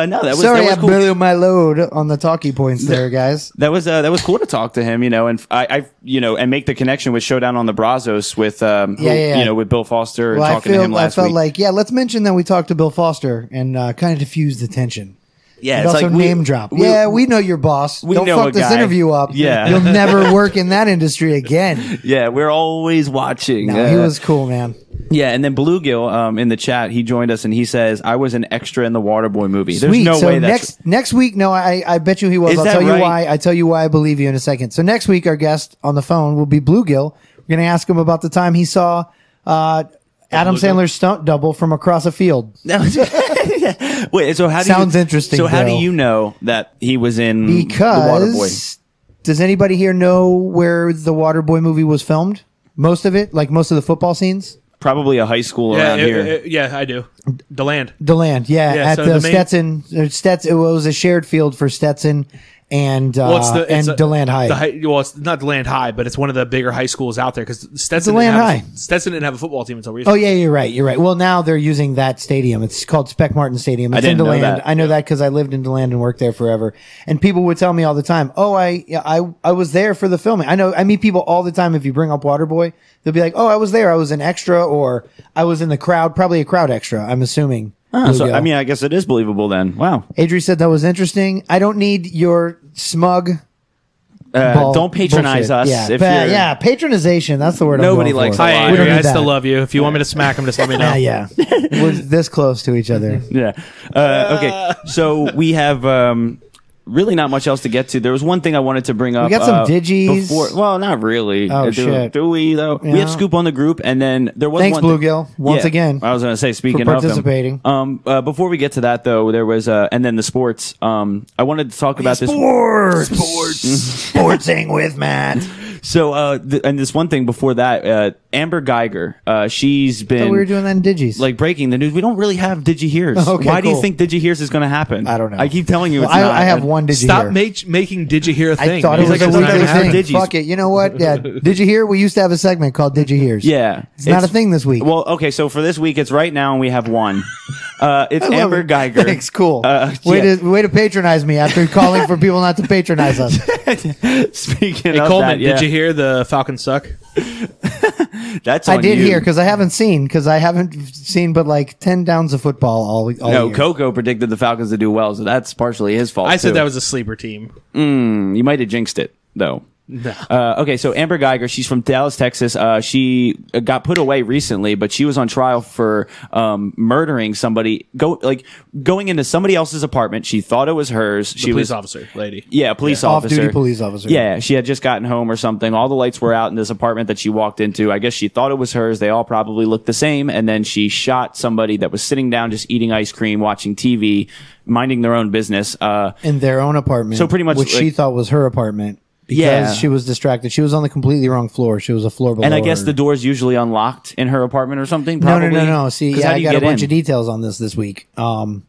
Speaker 3: no, that was
Speaker 4: Sorry,
Speaker 3: that was
Speaker 4: I
Speaker 3: cool.
Speaker 4: blew my load on the talkie points there, guys.
Speaker 3: that was uh, that was cool to talk to him, you know, and I, I you know, and make the connection with Showdown on the Brazos with um, who-
Speaker 4: Yeah, yeah, yeah.
Speaker 3: you know, with Bill Foster and
Speaker 4: Well, I
Speaker 3: talking to him
Speaker 4: feel I
Speaker 3: last
Speaker 4: felt
Speaker 3: week.
Speaker 4: like yeah. Let's mention that we talked to Bill Foster and uh, kind of diffuse the tension.
Speaker 3: yeah,
Speaker 4: And also
Speaker 3: like we-
Speaker 4: name drop.
Speaker 3: we-
Speaker 4: yeah, we know your boss.
Speaker 3: we
Speaker 4: Don't
Speaker 3: know
Speaker 4: fuck
Speaker 3: a
Speaker 4: this
Speaker 3: guy.
Speaker 4: interview up.
Speaker 3: Yeah.
Speaker 4: you'll never work in that industry again.
Speaker 3: yeah, we're always watching.
Speaker 4: No,
Speaker 3: Uh,
Speaker 4: he was cool, man.
Speaker 3: yeah, and then Bluegill um, in the chat, he joined us and he says, "I was an extra in the Waterboy movie." There's
Speaker 4: Sweet.
Speaker 3: no
Speaker 4: so
Speaker 3: way that's
Speaker 4: next next week, no, I I bet you he was.
Speaker 3: Is
Speaker 4: I'll
Speaker 3: that
Speaker 4: tell
Speaker 3: right?
Speaker 4: you why. I tell you why I believe you in a second. So next week, our guest on the phone will be Bluegill. We're gonna ask him about the time he saw uh, Adam Sandler's stunt double from across a field.
Speaker 3: No. Wait, so how do
Speaker 4: Sounds
Speaker 3: you,
Speaker 4: interesting,
Speaker 3: So how do
Speaker 4: though.
Speaker 3: you know that he was in the Waterboy?
Speaker 4: Because does anybody here know where the Waterboy movie was filmed? Most of it, like most of the football scenes.
Speaker 3: Probably a high school
Speaker 5: yeah,
Speaker 3: around
Speaker 5: it-
Speaker 3: here.
Speaker 5: it- yeah, I do. Deland.
Speaker 4: Deland, yeah,
Speaker 5: Yeah,
Speaker 4: at
Speaker 5: so
Speaker 4: the,
Speaker 5: the main-
Speaker 4: Stetson. uh, Stetson. It was a shared field for Stetson and uh,
Speaker 5: Well, it's the, it's
Speaker 4: and
Speaker 5: a-
Speaker 4: Deland High.
Speaker 5: The high. Well, it's not Deland High, but it's one of the bigger high schools out there because Stetson
Speaker 4: Deland
Speaker 5: didn't have
Speaker 4: High.
Speaker 5: A, Stetson didn't have a football team until
Speaker 4: Oh
Speaker 5: recently.
Speaker 4: yeah, you're right. You're right. Well, now they're using that stadium. It's called Spec Martin Stadium. It's
Speaker 3: didn't
Speaker 4: in
Speaker 3: know
Speaker 4: Deland.
Speaker 3: that.
Speaker 4: I know that because I lived in Deland and worked there forever. And people would tell me all the time, "Oh, I, yeah, I, I was there for the filming." I know. I meet people all the time. If you bring up Waterboy, they'll be like, "Oh, I was there. I was an extra, or I was in the crowd. Probably a crowd extra." I'm assuming.
Speaker 3: Ah, so
Speaker 4: Lugo.
Speaker 3: I mean, I guess it is believable then. Wow.
Speaker 4: Adri said that was interesting. I don't need your smug.
Speaker 3: Uh,
Speaker 4: bull-
Speaker 3: don't patronize
Speaker 4: bullshit.
Speaker 3: us.
Speaker 4: Yeah,
Speaker 3: if
Speaker 4: pa-
Speaker 3: you're-
Speaker 4: yeah, patronization. That's the word.
Speaker 3: Nobody
Speaker 4: I'm going
Speaker 3: likes
Speaker 4: for.
Speaker 3: it.
Speaker 5: Hi,
Speaker 3: Why?
Speaker 4: We don't
Speaker 5: Andrew.
Speaker 4: need
Speaker 5: I
Speaker 4: that.
Speaker 5: still love you. If you want me to smack him, just let me know.
Speaker 4: Ah, yeah, we're this close to each other.
Speaker 3: Yeah. Uh, okay. So we have um, really not much else to get to. There was one thing I wanted to bring up. uh,
Speaker 4: got some digis.
Speaker 3: Before, well, not really. Uh, do,
Speaker 4: Oh, shit.
Speaker 3: do we though? We
Speaker 4: Yeah.
Speaker 3: have scoop on the group, and then there was
Speaker 4: Thanks,
Speaker 3: one thi-
Speaker 4: Bluegill, once again,
Speaker 3: I was going to say, speaking of them.
Speaker 4: participating.
Speaker 3: Um, uh, before we get to that though, there was uh, and then the sports. Um, I wanted to talk about this.
Speaker 4: Sports, sports, sportsing with Matt.
Speaker 3: So, uh, th- and this one thing before that, uh, Amber Geiger, uh, she's been
Speaker 4: So we were doing that in digis.
Speaker 3: like breaking the news. We don't really have Digi Hears.
Speaker 4: Okay,
Speaker 3: Why do you
Speaker 4: cool.
Speaker 3: think Digi Hears is going to happen?
Speaker 4: I don't know.
Speaker 3: I keep telling you,
Speaker 4: Well,
Speaker 3: it's
Speaker 4: I,
Speaker 3: not.
Speaker 4: I have one. Did you
Speaker 5: Stop
Speaker 4: hear?
Speaker 5: make, making DigiHear a thing.
Speaker 4: I thought it
Speaker 5: man.
Speaker 4: was
Speaker 3: like,
Speaker 4: a
Speaker 3: it's not
Speaker 4: weekly
Speaker 3: gonna happen.
Speaker 4: thing.
Speaker 3: Digis.
Speaker 4: Fuck it. You know what? Yeah. Did you hear? We used to have a segment called Did you hears?
Speaker 3: Yeah,
Speaker 4: It's, not a thing this week.
Speaker 3: Well, okay, so for this week, it's right now, and we have one. Uh, it's
Speaker 4: I love
Speaker 3: Amber
Speaker 4: it.
Speaker 3: Geiger.
Speaker 4: Thanks. Cool.
Speaker 3: Uh,
Speaker 4: way
Speaker 3: yeah.
Speaker 4: to way to patronize me after calling for people not to patronize us.
Speaker 3: Speaking
Speaker 5: Hey,
Speaker 3: of
Speaker 5: Coleman,
Speaker 3: that, yeah,
Speaker 5: did you hear the Falcons suck?
Speaker 3: That's
Speaker 4: I
Speaker 3: on
Speaker 4: did
Speaker 3: you.
Speaker 4: hear because I haven't seen because I haven't seen but like ten downs of football all all
Speaker 3: No,
Speaker 4: year.
Speaker 3: Coco predicted the Falcons to do well, so that's partially his fault.
Speaker 5: I said
Speaker 3: too.
Speaker 5: that was a sleeper team.
Speaker 3: You might have jinxed it though. Uh, okay, so Amber Geiger, she's from Dallas, Texas. Uh, she uh, got put away recently, but she was on trial for um, murdering somebody. Go like going into somebody else's apartment. She thought it was hers.
Speaker 5: The
Speaker 3: she
Speaker 5: police
Speaker 3: was
Speaker 5: officer lady.
Speaker 3: yeah, a police officer,
Speaker 4: Off-duty police officer.
Speaker 3: Yeah, she had just gotten home or something. All the lights were out in this apartment that she walked into. I guess she thought it was hers. They all probably looked the same, and then she shot somebody that was sitting down, just eating ice cream, watching TV, minding their own business. Uh,
Speaker 4: in their own apartment.
Speaker 3: So pretty much,
Speaker 4: which she
Speaker 3: like-
Speaker 4: thought was her apartment because
Speaker 3: Yeah.
Speaker 4: she was distracted. She was on the completely wrong floor. She was a floor below.
Speaker 3: And I guess
Speaker 4: her.
Speaker 3: the door's usually unlocked in her apartment or something.
Speaker 4: No,
Speaker 3: Probably.
Speaker 4: no, no, no. See,
Speaker 3: 'Cause
Speaker 4: yeah,
Speaker 3: how do
Speaker 4: I
Speaker 3: you
Speaker 4: got a
Speaker 3: get
Speaker 4: bunch
Speaker 3: in?
Speaker 4: of details on this this week. Um,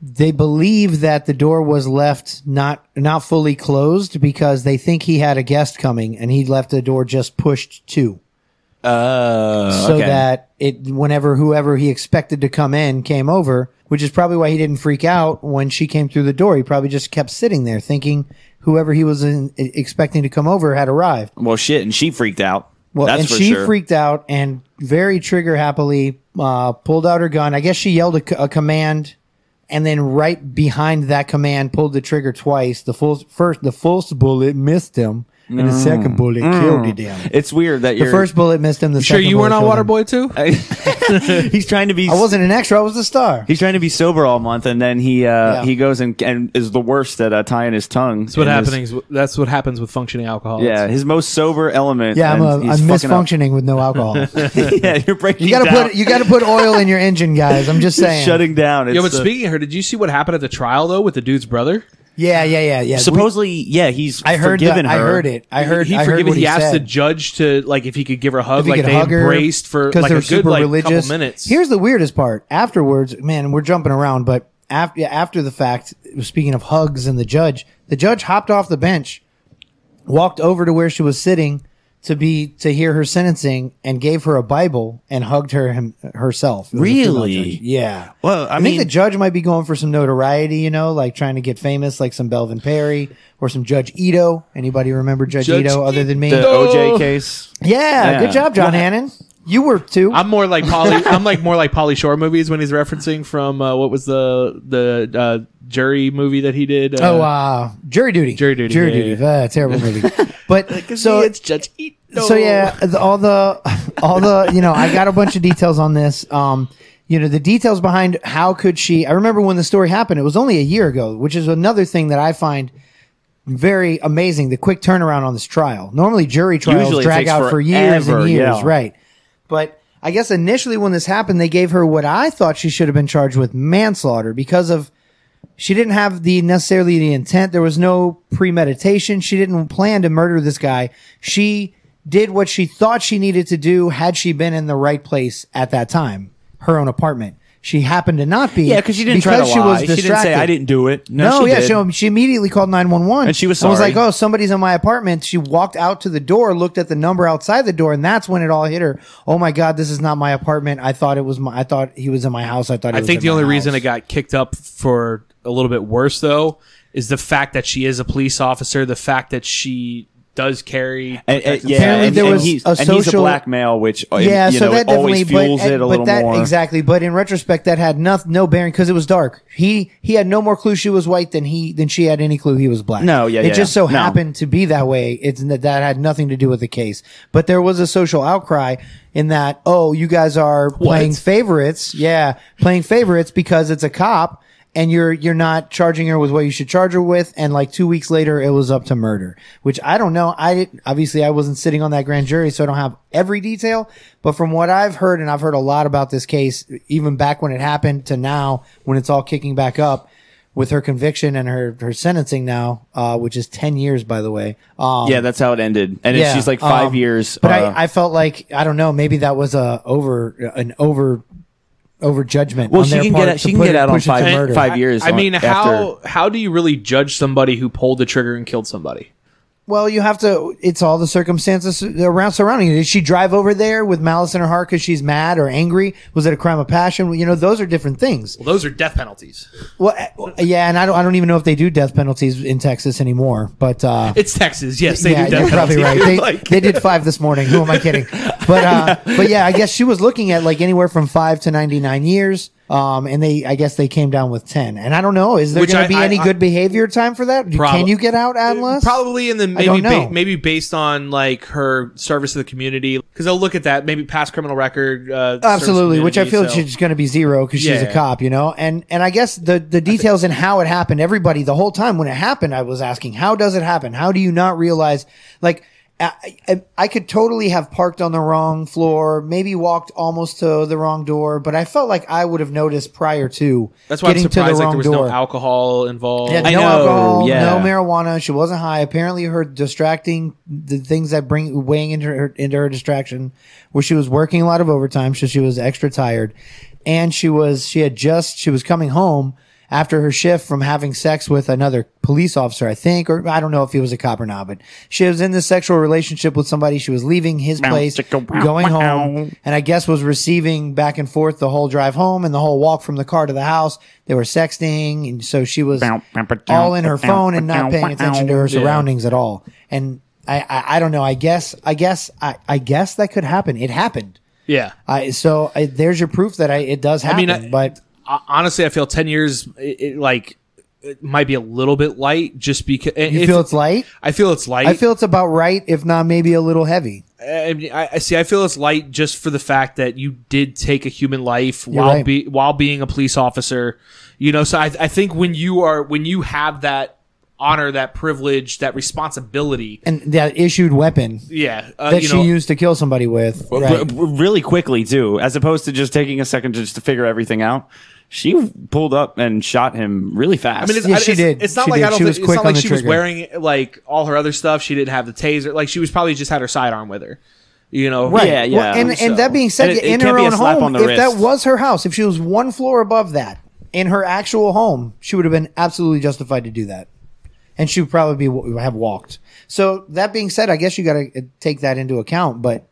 Speaker 4: they believe that the door was left not not fully closed because they think he had a guest coming and he left the door just pushed to,
Speaker 3: Uh,
Speaker 4: so
Speaker 3: okay.
Speaker 4: that it whenever whoever he expected to come in came over, which is probably why he didn't freak out when she came through the door. He probably just kept sitting there thinking whoever he was in, expecting to come over had arrived.
Speaker 3: Well, shit, and she freaked out.
Speaker 4: Well,
Speaker 3: That's
Speaker 4: and
Speaker 3: for
Speaker 4: she
Speaker 3: sure.
Speaker 4: freaked out and very trigger happily uh, pulled out her gun. I guess she yelled a, c- a command, and then right behind that command, pulled the trigger twice. The full first, the first bullet missed him, and the second bullet killed him.
Speaker 3: It's weird that
Speaker 4: The
Speaker 3: you're
Speaker 4: first bullet missed him. The
Speaker 5: Sure,
Speaker 4: second
Speaker 5: you weren't on
Speaker 4: bullet killed him.
Speaker 5: Waterboy too?
Speaker 3: He's trying to be.
Speaker 4: I wasn't an extra. I was a star.
Speaker 3: He's trying to be sober all month, and then he uh,
Speaker 4: Yeah.
Speaker 3: he goes and, and is the worst at uh, tying his tongue.
Speaker 5: That's what
Speaker 3: And his-
Speaker 5: happenings. That's what happens with functioning alcoholics.
Speaker 3: Yeah, his most sober element.
Speaker 4: Yeah, I'm, a,
Speaker 3: and
Speaker 4: I'm
Speaker 3: he's fucking up.
Speaker 4: misfunctioning with no alcohol.
Speaker 3: yeah, you're breaking.
Speaker 4: You gotta
Speaker 3: down.
Speaker 4: put you gotta put oil in your engine, guys. I'm just saying.
Speaker 3: shutting down. It's
Speaker 5: Yo, but
Speaker 3: uh,
Speaker 5: speaking of her, did you see what happened at the trial though with the dude's brother?
Speaker 4: Yeah, yeah, yeah, yeah.
Speaker 3: supposedly, yeah, he's.
Speaker 4: I heard that.
Speaker 3: Forgiven
Speaker 4: I
Speaker 3: her.
Speaker 4: heard it. I heard.
Speaker 5: he
Speaker 4: I heard
Speaker 5: forgiven-
Speaker 4: what
Speaker 5: he,
Speaker 4: he
Speaker 5: asked
Speaker 4: said.
Speaker 5: the judge to like if he could give her a hug.
Speaker 4: If you
Speaker 5: Like
Speaker 4: could
Speaker 5: they
Speaker 4: hug her,
Speaker 5: embraced for
Speaker 4: 'cause
Speaker 5: like
Speaker 4: they're
Speaker 5: a good
Speaker 4: super
Speaker 5: like
Speaker 4: religious.
Speaker 5: couple minutes.
Speaker 4: Here's the weirdest part. Afterwards, man, we're jumping around, but after after the fact, speaking of hugs and the judge, the judge hopped off the bench, walked over to where she was sitting to be to hear her sentencing, and gave her a Bible and hugged her him, herself. It was a female
Speaker 3: Really?
Speaker 4: judge. Yeah.
Speaker 3: Well, I
Speaker 4: I,
Speaker 3: mean-
Speaker 4: think the judge might be going for some notoriety, you know, like trying to get famous, like some Belvin Perry or some Judge Ito. Anybody remember Judge,
Speaker 5: Judge
Speaker 4: Ito other than me?
Speaker 3: The
Speaker 5: Oh.
Speaker 3: OJ case.
Speaker 4: Yeah,
Speaker 3: Yeah.
Speaker 4: good job, John Hannon. You were too.
Speaker 5: I'm more like Polly. I'm like more like Polly Shore movies when he's referencing from uh, what was the the uh, jury movie that he did. Uh,
Speaker 4: oh, uh, jury duty.
Speaker 5: Jury Duty,
Speaker 4: Jury
Speaker 5: yeah,
Speaker 4: duty. Ah, terrible movie. But so
Speaker 5: Judge Eat.
Speaker 4: so yeah, the- all the all the you know, I got a bunch of details on this. Um, you know, the details behind how could she? I remember when the story happened. It was only a year ago, which is another thing that I find very amazing. The quick turnaround on this trial. Normally, jury trials
Speaker 3: Usually it
Speaker 4: drag
Speaker 3: takes
Speaker 4: out for years
Speaker 3: forever,
Speaker 4: and years,
Speaker 3: yeah.
Speaker 4: right? But I guess initially when this happened, they gave her what I thought she should have been charged with manslaughter because of she didn't have the necessarily the intent. There was no premeditation. She didn't plan to murder this guy. She did what she thought she needed to do had she been in the right place at that time, her own apartment. She happened to not be.
Speaker 3: Yeah, because she didn't try
Speaker 4: because
Speaker 3: to
Speaker 4: she
Speaker 3: lie.
Speaker 4: was
Speaker 3: she didn't say
Speaker 4: distracted.
Speaker 3: I didn't do it. No,
Speaker 4: No,
Speaker 3: she
Speaker 4: yeah,
Speaker 3: did.
Speaker 4: she, she immediately called 911.
Speaker 3: And she was
Speaker 4: I was
Speaker 3: sorry.
Speaker 4: like, oh, somebody's in my apartment. She walked out to the door, looked at the number outside the door, and that's when it all hit her. Oh my God, this is not my apartment. I thought it was my, I thought he was in my house. I thought he
Speaker 5: I
Speaker 4: was
Speaker 5: think
Speaker 4: in my
Speaker 5: the only
Speaker 4: house.
Speaker 5: reason it got kicked up for a little bit worse though is the fact that she is a police officer. The fact that she does carry.
Speaker 3: And, and, yeah,
Speaker 4: Apparently
Speaker 3: and,
Speaker 4: there
Speaker 3: and
Speaker 4: was
Speaker 3: he's,
Speaker 4: a
Speaker 3: and he's a
Speaker 4: social-
Speaker 3: black male, which uh,
Speaker 4: yeah,
Speaker 3: you
Speaker 4: so
Speaker 3: know,
Speaker 4: that
Speaker 3: it always
Speaker 4: definitely,
Speaker 3: fuels
Speaker 4: but,
Speaker 3: it a
Speaker 4: but
Speaker 3: little
Speaker 4: that
Speaker 3: more.
Speaker 4: exactly. But in retrospect, that had no, no bearing because it was dark. He he had no more clue she was white than he than she had any clue he was black.
Speaker 3: No, yeah,
Speaker 4: it
Speaker 3: yeah,
Speaker 4: just so
Speaker 3: no.
Speaker 4: happened to be that way. It's that that had nothing to do with the case, but there was a social outcry in that. Oh, you guys are playing favorites. Yeah, playing favorites because it's a cop. and you're you're not charging her with what you should charge her with and like 2 weeks later it was up to murder which I don't know I didn't, obviously I wasn't sitting on that grand jury so I don't have every detail but from what I've heard and I've heard a lot about this case even back when it happened to now when it's all kicking back up with her conviction and her her sentencing now uh, which is 10 years by the way um
Speaker 3: yeah, that's how it ended. And
Speaker 4: yeah,
Speaker 3: it's she's like five
Speaker 4: um,
Speaker 3: years.
Speaker 4: But
Speaker 3: uh,
Speaker 4: I, I felt like I don't know. Maybe that was a over an over over judgment.
Speaker 3: Well,
Speaker 4: on
Speaker 3: she
Speaker 4: their
Speaker 3: can
Speaker 4: part
Speaker 3: get out-
Speaker 4: to
Speaker 3: she can
Speaker 4: put
Speaker 3: get
Speaker 4: it-
Speaker 3: out on
Speaker 4: push it to
Speaker 3: five-
Speaker 4: murder.
Speaker 3: five years
Speaker 5: I
Speaker 3: on-
Speaker 5: mean,
Speaker 3: after-
Speaker 5: how how do you really judge somebody who pulled the trigger and killed somebody?
Speaker 4: Well, you have to. It's all the circumstances around surrounding it. Did she drive over there with malice in her heart because she's mad or angry? Was it a crime of passion? You know, those are different things.
Speaker 5: Well, those are death penalties.
Speaker 4: Well, uh, yeah, and I don't. I don't even know if they do death penalties in Texas anymore. But uh,
Speaker 5: It's Texas. Yes, they
Speaker 4: yeah,
Speaker 5: do death
Speaker 4: you're probably
Speaker 5: penalties.
Speaker 4: right. They,
Speaker 5: Like-
Speaker 4: they did five this morning. Who am I kidding? But uh, but yeah, I guess she was looking at like anywhere from five to ninety nine years. Um, and they, I guess they came down with ten. And I don't know, is there
Speaker 5: Which
Speaker 4: going to
Speaker 5: I-
Speaker 4: be
Speaker 5: I-
Speaker 4: any
Speaker 5: I-
Speaker 4: good behavior time for that?
Speaker 5: Prob-
Speaker 4: Can you get out, Atlas?
Speaker 5: Probably, and then
Speaker 4: I don't
Speaker 5: maybe ba-
Speaker 4: know.
Speaker 5: maybe based on like her service to the community, because they'll look at that maybe past criminal record. Uh, service
Speaker 4: Absolutely, which I feel
Speaker 5: community, so-
Speaker 4: she's going to be zero because she's
Speaker 5: Yeah.
Speaker 4: a cop, you know. And and I guess the the details and how it happened. Everybody, the whole time when it happened, I was asking, how does it happen? How do you not realize? Like, I, I, I could totally have parked on the wrong floor, maybe walked almost to the wrong door, but I felt like I would have noticed prior to
Speaker 5: That's why I'm
Speaker 4: getting to the
Speaker 5: surprised like,
Speaker 4: wrong
Speaker 5: there was
Speaker 4: door.
Speaker 5: no alcohol involved.
Speaker 4: Yeah,
Speaker 3: I
Speaker 4: no
Speaker 3: know,
Speaker 4: alcohol,
Speaker 3: yeah.
Speaker 4: no marijuana. She wasn't high. Apparently, her distracting the things that bring weighing into her into her distraction, where she was working a lot of overtime, so she was extra tired, and she was she had just she was coming home after her shift from having sex with another police officer, I think, or I don't know if he was a cop or not, but she was in this sexual relationship with somebody. She was leaving his place, going home, and I guess was receiving back and forth the whole drive home and the whole walk from the car to the house. They were sexting, and so she was all in her phone and not paying attention to her surroundings at all. And I, I, I don't know. I guess, I guess, I, I guess that could happen. It happened.
Speaker 5: yeah.
Speaker 4: I, so I, there's your proof that I, it does
Speaker 5: mean,
Speaker 4: happen.
Speaker 5: I-
Speaker 4: but
Speaker 5: O- honestly, I feel ten years it, it, like it might be a little bit light, just because
Speaker 4: you feel it's light.
Speaker 5: I feel it's light.
Speaker 4: I feel it's about right, if not maybe a little heavy.
Speaker 5: I, mean, I I see. I feel it's light just for the fact that you did take a human life while
Speaker 4: right.
Speaker 5: be while being a police officer. You know, so I, I think when you are when you have that honor, that privilege, that responsibility,
Speaker 4: And that issued weapon
Speaker 5: yeah, uh,
Speaker 4: that
Speaker 5: you
Speaker 4: she
Speaker 5: know,
Speaker 4: used to kill somebody with.
Speaker 3: r-
Speaker 4: Right.
Speaker 3: r- really quickly too, as opposed to just taking a second just to figure everything out. She pulled up and shot him really fast.
Speaker 5: I mean, it's,
Speaker 4: Yeah,
Speaker 5: I-
Speaker 4: she
Speaker 5: it's-
Speaker 4: did.
Speaker 5: It's not
Speaker 4: She
Speaker 5: like
Speaker 4: did.
Speaker 5: I don't.
Speaker 4: She
Speaker 5: think-
Speaker 4: was
Speaker 5: it's
Speaker 4: quick
Speaker 5: not
Speaker 4: on
Speaker 5: like
Speaker 4: the
Speaker 5: she was
Speaker 4: trigger.
Speaker 5: wearing like all her other stuff. She didn't have the taser. Like she was probably just had her sidearm with her. You know,
Speaker 4: Right.
Speaker 3: Yeah, yeah.
Speaker 4: Well, and,
Speaker 5: So-
Speaker 4: and that being said,
Speaker 3: And it- it
Speaker 4: in
Speaker 3: can't
Speaker 4: her
Speaker 3: be a
Speaker 4: own
Speaker 3: slap
Speaker 4: home,
Speaker 3: on the
Speaker 4: if
Speaker 3: wrist.
Speaker 4: that was her house, if she was one floor above that in her actual home, she would have been absolutely justified to do that. And she would probably be, have walked. So that being said, I guess you got to take that into account, but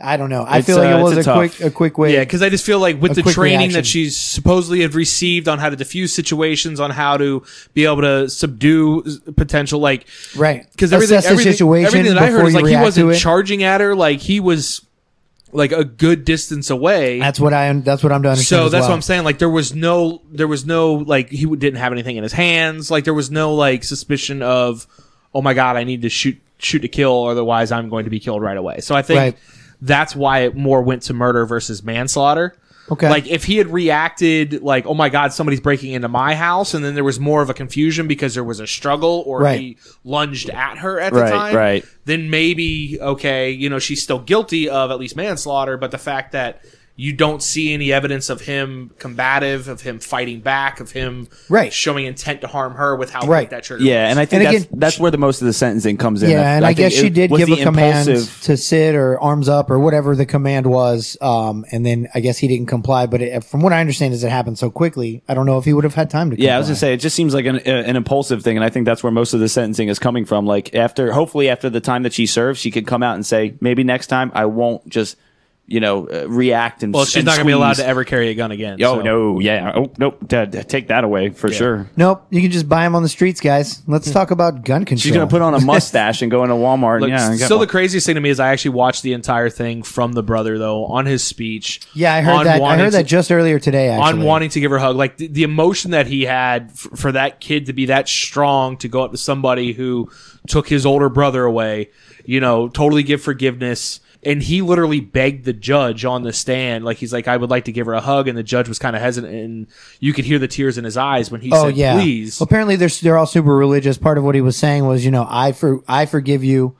Speaker 4: I don't know. I
Speaker 3: It's,
Speaker 4: feel like
Speaker 3: uh,
Speaker 4: it
Speaker 3: it's
Speaker 4: was
Speaker 3: a
Speaker 4: a,
Speaker 3: tough-
Speaker 4: quick, a quick way.
Speaker 5: Yeah, because I just feel like with
Speaker 4: A
Speaker 5: the
Speaker 4: quick
Speaker 5: training
Speaker 4: reaction.
Speaker 5: that she's supposedly have received on how to defuse situations, on how to be able to subdue potential, like
Speaker 4: right.
Speaker 5: because everything,
Speaker 4: Assess the
Speaker 5: everything,
Speaker 4: situation
Speaker 5: everything that I
Speaker 4: before
Speaker 5: heard is
Speaker 4: you
Speaker 5: like he
Speaker 4: react to
Speaker 5: wasn't
Speaker 4: it.
Speaker 5: charging at her, like he was like a good distance away.
Speaker 4: That's what I, that's what I'm to understand.
Speaker 5: so
Speaker 4: as
Speaker 5: that's
Speaker 4: well.
Speaker 5: what I'm saying. Like there was no, there was no like he w- didn't have anything in his hands. Like there was no like suspicion of, oh my god, I need to shoot shoot to kill, otherwise I'm going to be killed right away. So I think
Speaker 4: Right.
Speaker 5: that's why it more went to murder versus manslaughter.
Speaker 4: Okay.
Speaker 5: Like if he had reacted like, oh my god, somebody's breaking into my house, and then there was more of a confusion because there was a struggle or
Speaker 4: Right.
Speaker 5: he lunged at her at
Speaker 3: Right,
Speaker 5: the time,
Speaker 3: right.
Speaker 5: Then maybe okay, you know, she's still guilty of at least manslaughter, but the fact that you don't see any evidence of him combative, of him fighting back, of him
Speaker 4: Right.
Speaker 5: showing intent to harm her with how quick
Speaker 4: Right.
Speaker 5: that trigger.
Speaker 3: yeah,
Speaker 5: was.
Speaker 3: and I think
Speaker 4: And
Speaker 3: that's,
Speaker 4: again,
Speaker 3: that's where the most of the sentencing comes in.
Speaker 4: Yeah, and I,
Speaker 3: think
Speaker 4: guess she
Speaker 3: it
Speaker 4: did
Speaker 3: was
Speaker 4: give
Speaker 3: the
Speaker 4: a command
Speaker 3: impulsive-
Speaker 4: to sit or arms up or whatever the command was. Um, and then I guess he didn't comply. But it, from what I understand, is it happened so quickly. I don't know if he would have had time to. Comply.
Speaker 3: Yeah, I was gonna say it just seems like an, uh, an impulsive thing, and I think that's where most of the sentencing is coming from. Like after, hopefully, after the time that she serves, she could come out and say, maybe next time I won't just, you know, uh, react and.
Speaker 5: well,
Speaker 3: s-
Speaker 5: she's
Speaker 3: and
Speaker 5: not going to be allowed
Speaker 3: squeeze.
Speaker 5: to ever carry a gun again.
Speaker 3: Oh
Speaker 5: so.
Speaker 3: no! Yeah. Oh nope. Dad, take that away for sure.
Speaker 4: Nope, you can just buy them on the streets, guys. Let's talk about gun control.
Speaker 3: Hmm. She's gonna put on a mustache and go into Walmart.
Speaker 5: Look,
Speaker 3: and, yeah. I got
Speaker 5: still
Speaker 3: one.
Speaker 5: the craziest thing to me is I actually watched the entire thing from the brother though on his speech.
Speaker 4: Yeah, I heard
Speaker 5: on
Speaker 4: that. I
Speaker 5: wanting
Speaker 4: heard
Speaker 5: to-
Speaker 4: that just earlier today. Actually,
Speaker 5: on wanting to give her a hug, like the, the emotion that he had f- for that kid to be that strong to go up to somebody who took his older brother away, you know, totally give forgiveness. and he literally begged the judge on the stand, like he's like, "I would like to give her a hug," and the judge was kind of hesitant, and you could hear the tears in his eyes when he
Speaker 4: Oh
Speaker 5: said,
Speaker 4: yeah.
Speaker 5: "Please."
Speaker 4: Apparently they're they're all super religious. Part of what he was saying was, you know, I for I forgive you.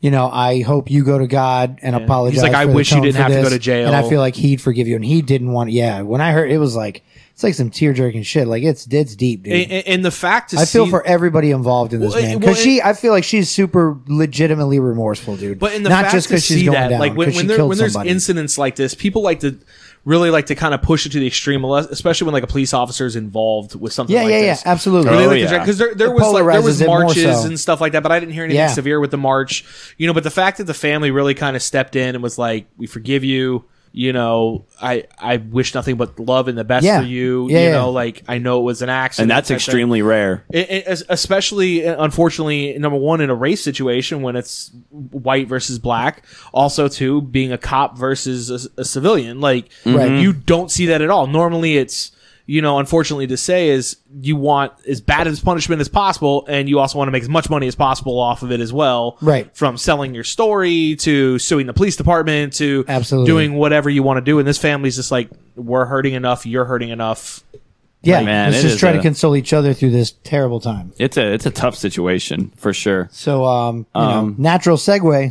Speaker 4: You know, I hope you go to God and apologize.
Speaker 5: He's like, I
Speaker 4: for the
Speaker 5: wish you
Speaker 4: tone
Speaker 5: didn't
Speaker 4: for
Speaker 5: have to go
Speaker 4: this.
Speaker 5: to jail.
Speaker 4: And I feel like he'd forgive you, and he didn't want. Yeah, when I heard it was like it's like some tear jerking shit. Like it's it's deep, dude.
Speaker 5: And, and- and the fact to
Speaker 4: I feel
Speaker 5: see-
Speaker 4: for everybody involved in this
Speaker 5: Well, it-
Speaker 4: man
Speaker 5: well,
Speaker 4: because she. I feel like she's super legitimately remorseful, dude.
Speaker 5: But in the
Speaker 4: not
Speaker 5: fact
Speaker 4: just
Speaker 5: to
Speaker 4: because she's
Speaker 5: see
Speaker 4: going
Speaker 5: that,
Speaker 4: down,
Speaker 5: like when,
Speaker 4: 'cause
Speaker 5: when,
Speaker 4: she
Speaker 5: there,
Speaker 4: killed
Speaker 5: when there's
Speaker 4: somebody.
Speaker 5: incidents like this, people like to really like to kind of push it to the extreme, unless- especially when like a police officer is involved with something.
Speaker 4: yeah,
Speaker 5: like
Speaker 4: yeah, yeah,
Speaker 5: this.
Speaker 4: absolutely.
Speaker 5: Really
Speaker 3: Oh,
Speaker 5: like
Speaker 3: yeah.
Speaker 5: because there, there
Speaker 4: It
Speaker 5: was like there was
Speaker 4: polarizes it more
Speaker 5: marches
Speaker 4: so.
Speaker 5: and stuff like that, but I didn't hear anything
Speaker 4: Yeah.
Speaker 5: severe with the march, you know. But the fact that the family really kind of stepped in and was like, "We forgive you," you know, I I wish nothing but love and the best
Speaker 4: Yeah.
Speaker 5: for you,
Speaker 4: Yeah,
Speaker 5: you
Speaker 4: yeah.
Speaker 5: know, like I know it was an accident,
Speaker 3: and that's
Speaker 5: type thing.
Speaker 3: extremely rare.
Speaker 5: It, it- es- especially, uh, unfortunately, number one in a race situation when it's white versus black. Also, two being a cop versus a, s- a civilian. Like
Speaker 4: Right.
Speaker 5: you don't see that at all. Normally, it's you know, unfortunately, to say is you want as bad as punishment as possible, and you also want to make as much money as possible off of it as well.
Speaker 4: Right.
Speaker 5: From selling your story to suing the police department to
Speaker 4: Absolutely.
Speaker 5: doing whatever you want to do, and this family's just like we're hurting enough, you're hurting enough.
Speaker 4: yeah,
Speaker 3: Like, man,
Speaker 4: let's
Speaker 3: it
Speaker 4: just
Speaker 3: is
Speaker 4: try to
Speaker 3: a-
Speaker 4: console each other through this terrible time.
Speaker 3: It's a it's a tough situation for sure.
Speaker 4: So, um, you
Speaker 3: Um,
Speaker 4: know, natural segue.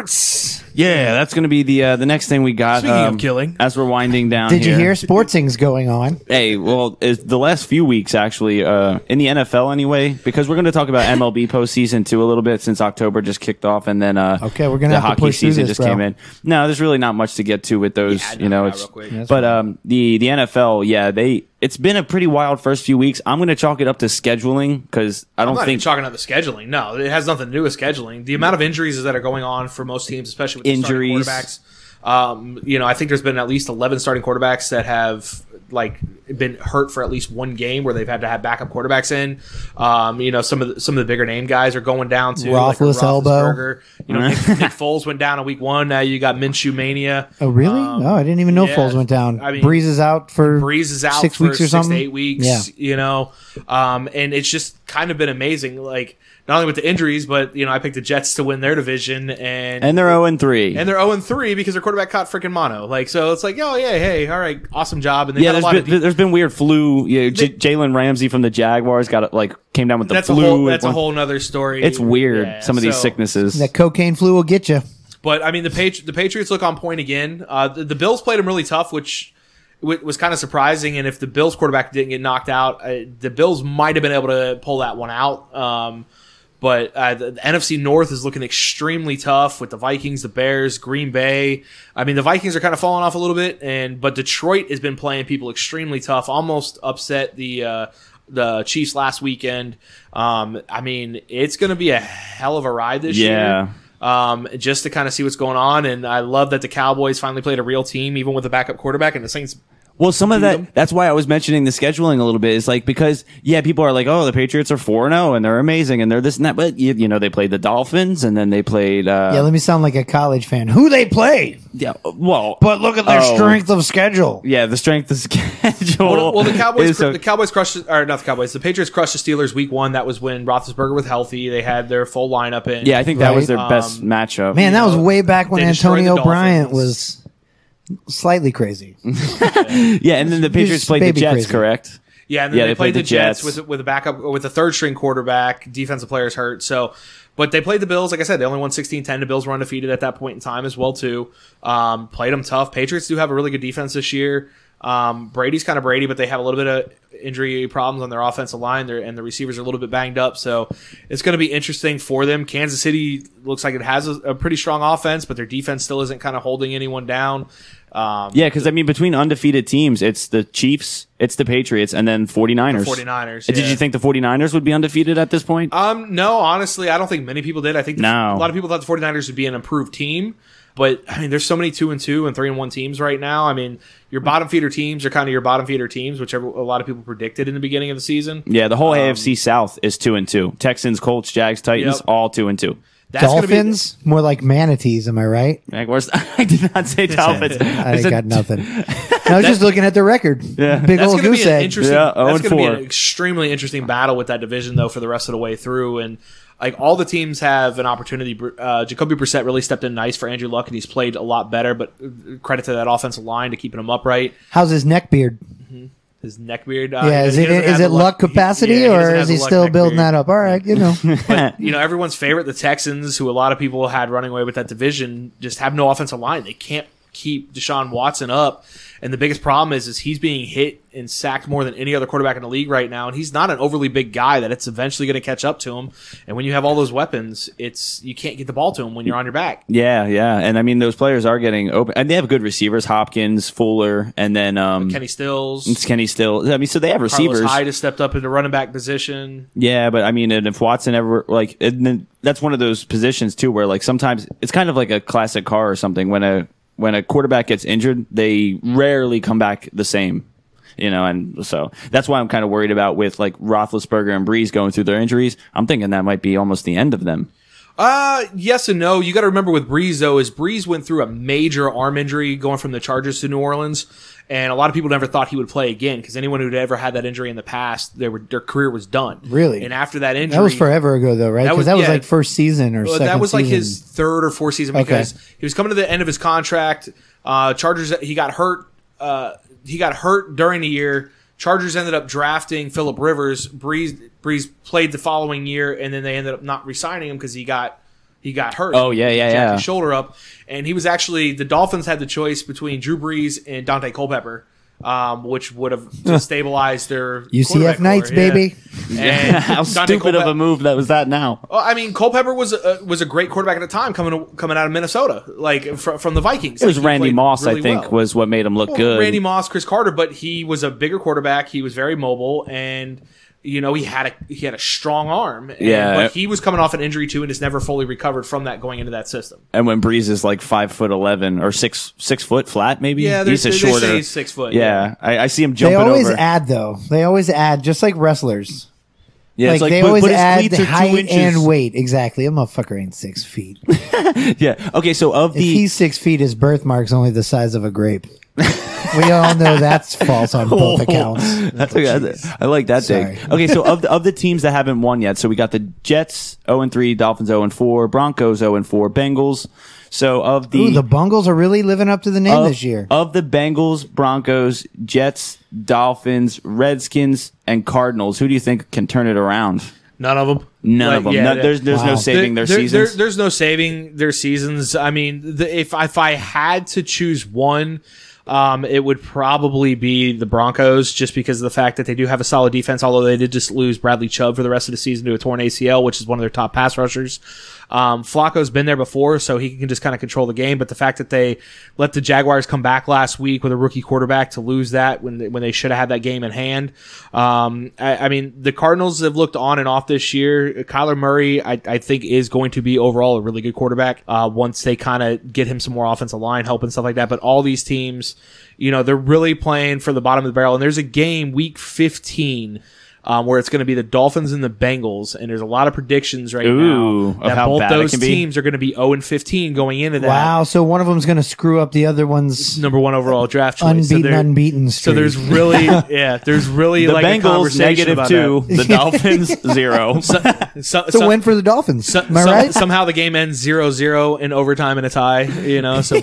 Speaker 4: Sports.
Speaker 3: Yeah, that's going to be the uh, the next thing we got. um,
Speaker 5: Speaking of killing.
Speaker 3: as we're winding down.
Speaker 4: Did you hear sportsing's going on?
Speaker 3: Hey, well, it's the last few weeks actually uh, in the NFL anyway, because we're going to talk about MLB postseason too a little bit since October just kicked off, and then uh,
Speaker 4: Okay, we're
Speaker 3: the
Speaker 4: gonna have to
Speaker 3: hockey
Speaker 4: push through
Speaker 3: season
Speaker 4: this,
Speaker 3: just
Speaker 4: bro.
Speaker 3: came in. No, there's really not much to get to with those. you know, it's but um the the NFL, yeah, they it's been a pretty wild first few weeks. I'm going to chalk it up to scheduling because I
Speaker 5: I'm
Speaker 3: don't
Speaker 5: not even
Speaker 3: think
Speaker 5: talking about the scheduling. No, it has nothing to do with scheduling. The amount of injuries that are going on for most teams, especially with injuries
Speaker 3: Injuries.
Speaker 5: quarterbacks. Um, you know, I think there's been at least 11 starting quarterbacks that have like been hurt for at least one game where they've had to have backup quarterbacks in. Um, you know, some of the, some of the bigger name guys are going down to
Speaker 4: Roethlis elbow.
Speaker 5: You know, Nick, Nick Foles went down in week one. Now you got Minshew mania.
Speaker 4: Oh, really?
Speaker 5: Um,
Speaker 4: oh, I didn't even know
Speaker 5: yeah,
Speaker 4: Foles went down.
Speaker 5: I mean,
Speaker 4: Breeze is out for
Speaker 5: Breeze is out
Speaker 4: six
Speaker 5: for
Speaker 4: weeks or
Speaker 5: six
Speaker 4: something.
Speaker 5: to eight weeks.
Speaker 4: Yeah.
Speaker 5: You know, um, and it's just kind of been amazing. Like not only with the injuries, but you know, I picked the Jets to win their division, and
Speaker 3: and they're zero and three.
Speaker 5: and they're zero and three because their quarterback caught freaking mono. Like so, it's like oh yeah, hey, all right, awesome job, and they
Speaker 3: yeah,
Speaker 5: got a
Speaker 3: there's
Speaker 5: lot
Speaker 3: been,
Speaker 5: of. De-
Speaker 3: there's been weird flu. Yeah, J- Jalen Ramsey from the Jaguars got like came down with the
Speaker 5: that's a
Speaker 3: flu.
Speaker 5: whole. That's
Speaker 3: at
Speaker 5: a
Speaker 3: one-
Speaker 5: whole nother story.
Speaker 3: It's weird.
Speaker 5: Yeah,
Speaker 3: some of these
Speaker 5: so-
Speaker 3: sicknesses.
Speaker 4: That cocaine flu will get you.
Speaker 5: But I mean, the Patri- the Patriots look on point again. Uh, the, the Bills played them really tough, which w- was kind of surprising. And if the Bills quarterback didn't get knocked out, uh, the Bills might have been able to pull that one out. Um, but uh, the, the NFC North is looking extremely tough with the Vikings, the Bears, Green Bay. I mean, the Vikings are kind of falling off a little bit, and but Detroit has been playing people extremely tough, almost upset the. Uh, the Chiefs last weekend. Um, I mean, it's going to be a hell of a ride this
Speaker 3: Yeah.
Speaker 5: year um, just to kind of see what's going on. And I love that the Cowboys finally played a real team, even with a backup quarterback. And the Saints,
Speaker 3: well, some of
Speaker 5: them.
Speaker 3: that. That's why I was mentioning the scheduling a little bit. Is like because yeah, people are like, oh, the Patriots are four and zero and they're amazing and they're this and that. But you, you know, they played the Dolphins and then they played.
Speaker 4: Yeah,
Speaker 3: Uh,
Speaker 4: let me sound like a college fan. Who they play?
Speaker 3: yeah, Well,
Speaker 4: But look at their
Speaker 3: Oh.
Speaker 4: strength of schedule.
Speaker 3: yeah, the strength of schedule.
Speaker 5: well, well, the Cowboys,
Speaker 3: is so-
Speaker 5: the Cowboys crushed, or not the Cowboys, the Patriots crushed the Steelers week one. That was when Roethlisberger was healthy. They had their full lineup in.
Speaker 3: yeah, I think that was
Speaker 4: Right.
Speaker 3: their best
Speaker 5: Um,
Speaker 3: matchup.
Speaker 4: Man, that was
Speaker 5: know,
Speaker 4: way back when
Speaker 5: they destroyed the
Speaker 4: Antonio Bryant
Speaker 5: Dolphins.
Speaker 4: was slightly crazy.
Speaker 3: yeah, and then the Patriots played the
Speaker 4: baby
Speaker 3: Jets,
Speaker 4: crazy.
Speaker 3: correct?
Speaker 5: Yeah, and then
Speaker 3: Yeah,
Speaker 5: they,
Speaker 3: they
Speaker 5: played,
Speaker 3: played
Speaker 5: the
Speaker 3: the
Speaker 5: Jets,
Speaker 3: Jets.
Speaker 5: with with a backup with a third string quarterback, defensive players hurt. So, but they played the Bills. Like I said, they only won 16-10. The Bills were undefeated at that point in time as well too. Um, played them tough. Patriots do have a really good defense this year. Um, Brady's kind of Brady, but they have a little bit of injury problems on their offensive line, They're, and the receivers are a little bit banged up. So it's going to be interesting for them. Kansas City looks like it has a, a pretty strong offense, but their defense still isn't kind of holding anyone down. Um,
Speaker 3: Yeah, because I mean, between undefeated teams, it's the Chiefs, it's the Patriots, and then 49ers.
Speaker 5: The 49ers,
Speaker 3: Did
Speaker 5: yeah.
Speaker 3: you think the 49ers would be undefeated at this point?
Speaker 5: Um, no, honestly, I don't think many people did. I think the-
Speaker 3: No.
Speaker 5: a lot of people thought the 49ers would be an improved team, but I mean, there's so many two and two and three and one teams right now. I mean, your bottom feeder teams are kind of your bottom feeder teams, which every- a lot of people predicted in the beginning of the season.
Speaker 3: yeah, the whole AFC South is two and two. Texans, Colts, Jags, Titans,
Speaker 5: Yep.
Speaker 3: all two and two.
Speaker 5: That's gonna be-
Speaker 4: dolphins, more like manatees. Am I right?
Speaker 3: Like, where's- I did not say dolphins.
Speaker 4: I,
Speaker 3: said-
Speaker 4: got nothing. I was just looking at the record. Yeah, big
Speaker 5: That's
Speaker 4: old
Speaker 5: going to
Speaker 4: goose
Speaker 5: be an
Speaker 4: egg.
Speaker 5: interesting.
Speaker 3: Yeah, oh
Speaker 5: that's
Speaker 3: and
Speaker 5: going to be
Speaker 3: four.
Speaker 5: an extremely interesting battle with that division, though, for the rest of the way through. And like all the teams have an opportunity. Br- Uh, Jacoby Brissett really stepped in nice for Andrew Luck, and he's played a lot better. But uh, credit to that offensive line to keeping him upright.
Speaker 4: How's his neck beard?
Speaker 5: His neck beard. Uh,
Speaker 4: yeah,
Speaker 5: he
Speaker 4: is
Speaker 5: doesn't-
Speaker 4: it
Speaker 5: he doesn't
Speaker 4: is
Speaker 5: have
Speaker 4: it
Speaker 5: the
Speaker 4: luck
Speaker 5: he-
Speaker 4: capacity
Speaker 5: yeah, he
Speaker 4: or
Speaker 5: doesn't
Speaker 4: is
Speaker 5: have
Speaker 4: he
Speaker 5: the luck
Speaker 4: still
Speaker 5: neck
Speaker 4: building that
Speaker 5: beard.
Speaker 4: up? All right, you know.
Speaker 5: But, you know, everyone's favorite, the Texans, who a lot of people had running away with that division, just have no offensive line. They can't keep Deshaun Watson up. And the biggest problem is, is he's being hit and sacked more than any other quarterback in the league right now. And he's not an overly big guy that it's eventually going to catch up to him. And when you have all those weapons, it's you can't get the ball to him when you're on your back.
Speaker 3: Yeah, yeah, and I mean those players are getting open, and they have good receivers: Hopkins, Fuller, and then um,
Speaker 5: Kenny
Speaker 3: it's
Speaker 5: Stills,
Speaker 3: Kenny Still. I mean, so they have
Speaker 5: Carlos
Speaker 3: receivers.
Speaker 5: Hyde has stepped up into running back position.
Speaker 3: Yeah, but I mean, and if Watson ever like, and then that's one of those positions too, where like sometimes it's kind of like a classic car or something. When a when a quarterback gets injured, they rarely come back the same, you know. And so that's why I'm kind of worried about with like Roethlisberger and Breeze going through their injuries. I'm thinking that might be almost the end of them.
Speaker 5: Uh, yes and no. You got to remember with Breeze though, is Breeze went through a major arm injury going from the Chargers to New Orleans, and a lot of people never thought he would play again because anyone who'd ever had that injury in the past, they were their career was done.
Speaker 4: Really?
Speaker 5: And after that injury,
Speaker 4: That was forever ago though, right?
Speaker 5: That
Speaker 4: Because
Speaker 5: was-
Speaker 4: that was
Speaker 5: yeah.
Speaker 4: like first season or
Speaker 5: well,
Speaker 4: second
Speaker 5: that was like
Speaker 4: season.
Speaker 5: his third or fourth season because he was coming to the end of his contract. Uh, Chargers, he got hurt. Uh, he got hurt during the year. Chargers ended up drafting Philip Rivers. Breeze Breeze played the following year, and then they ended up not re-signing him because he got he got hurt.
Speaker 3: Oh, yeah,
Speaker 5: He
Speaker 3: yeah,
Speaker 5: jacked
Speaker 3: yeah.
Speaker 5: His shoulder up, and he was actually the Dolphins had the choice between Drew Brees and Dante Culpepper. Um, which would have stabilized their
Speaker 4: UCF
Speaker 5: quarterback core,
Speaker 4: nights,
Speaker 5: yeah.
Speaker 4: baby.
Speaker 5: And
Speaker 3: How
Speaker 5: Dante
Speaker 3: stupid of
Speaker 5: Culpepper-
Speaker 3: a move that was that now.
Speaker 5: well, I mean, Culpepper was a, uh, was a great quarterback at the time, coming coming out of Minnesota, like from, from the Vikings.
Speaker 3: It was
Speaker 5: Like, he
Speaker 3: Randy
Speaker 5: played
Speaker 3: Moss,
Speaker 5: really
Speaker 3: I think,
Speaker 5: well.
Speaker 3: was what made him look
Speaker 5: Well,
Speaker 3: good.
Speaker 5: Randy Moss, Chris Carter, but he was a bigger quarterback. He was very mobile, and you know he had a he had a strong arm. And-
Speaker 3: Yeah.
Speaker 5: but he was coming off an injury too, and has never fully recovered from that going into that system.
Speaker 3: and when Breeze is like five foot eleven or six six foot flat, maybe
Speaker 5: Yeah,
Speaker 3: he's
Speaker 5: they-
Speaker 3: a
Speaker 5: they
Speaker 3: shorter.
Speaker 5: say he's six foot,
Speaker 3: Yeah, I, I see him
Speaker 4: They
Speaker 3: jumping
Speaker 4: always
Speaker 3: over.
Speaker 4: add though. They always add, just like wrestlers.
Speaker 3: yeah,
Speaker 4: like,
Speaker 3: it's
Speaker 4: they
Speaker 3: but-
Speaker 4: always
Speaker 3: but his
Speaker 4: add
Speaker 3: cleats are two
Speaker 4: height
Speaker 3: inches.
Speaker 4: and weight. Exactly. A motherfucker ain't six feet.
Speaker 3: Yeah. Okay. So of
Speaker 4: If
Speaker 3: the
Speaker 4: he's six feet, his birthmark's only the size of a grape. we all know that's false on both
Speaker 5: Oh,
Speaker 4: accounts.
Speaker 3: That's okay. I- I like that
Speaker 4: Sorry.
Speaker 3: thing. Okay, so of the, of the teams that haven't won yet, so we got the Jets 0 and 3, Dolphins 0 and 4, Broncos 0 and 4, Bengals. So of the
Speaker 4: Ooh, the Bungles are really living up to the name
Speaker 3: of,
Speaker 4: this year.
Speaker 3: of the Bengals, Broncos, Jets, Dolphins, Redskins, and Cardinals, who do you think can turn it around?
Speaker 5: None of them.
Speaker 3: None of them. No- there's there's
Speaker 4: Wow.
Speaker 3: no saving their
Speaker 5: There- there-
Speaker 3: seasons.
Speaker 5: there's no saving their seasons. I mean, the, if if I had to choose one, um, it would probably be the Broncos, just because of the fact that they do have a solid defense. Although they did just lose Bradley Chubb for the rest of the season to a torn ACL, which is one of their top pass rushers. Um, Flacco's been there before, so he can just kind of control the game. But the fact that they let the Jaguars come back last week with a rookie quarterback to lose that when they, when they should have had that game in hand. Um, I, I mean, the Cardinals have looked on and off this year. Kyler Murray, I, I think, is going to be overall a really good quarterback uh, once they kind of get him some more offensive line help and stuff like that. But all these teams, you know, they're really playing for the bottom of the barrel. And there's a game, week 15. Um, where it's going to be the Dolphins and the Bengals, and there's a lot of predictions right
Speaker 3: Ooh, of
Speaker 5: now that
Speaker 3: how
Speaker 5: both
Speaker 3: bad it
Speaker 5: those
Speaker 3: can be.
Speaker 5: teams are going to be 0 and 15 going into that
Speaker 4: Wow, so one of them's going to screw up the other one's
Speaker 5: number one overall draft choice.
Speaker 4: unbeaten,
Speaker 5: there-
Speaker 4: unbeaten
Speaker 5: so
Speaker 4: streak.
Speaker 5: there's really, yeah, there's really
Speaker 3: the
Speaker 5: like a
Speaker 3: Bengals
Speaker 5: conversation
Speaker 3: negative
Speaker 5: about
Speaker 3: two,
Speaker 5: that.
Speaker 3: the Dolphins zero.
Speaker 5: So,
Speaker 4: it's a
Speaker 5: so-
Speaker 4: win for the Dolphins.
Speaker 5: so-
Speaker 4: Am I
Speaker 5: so-
Speaker 4: right?
Speaker 5: Somehow the game ends 0-0 in overtime and a tie. You know, so
Speaker 4: Oh,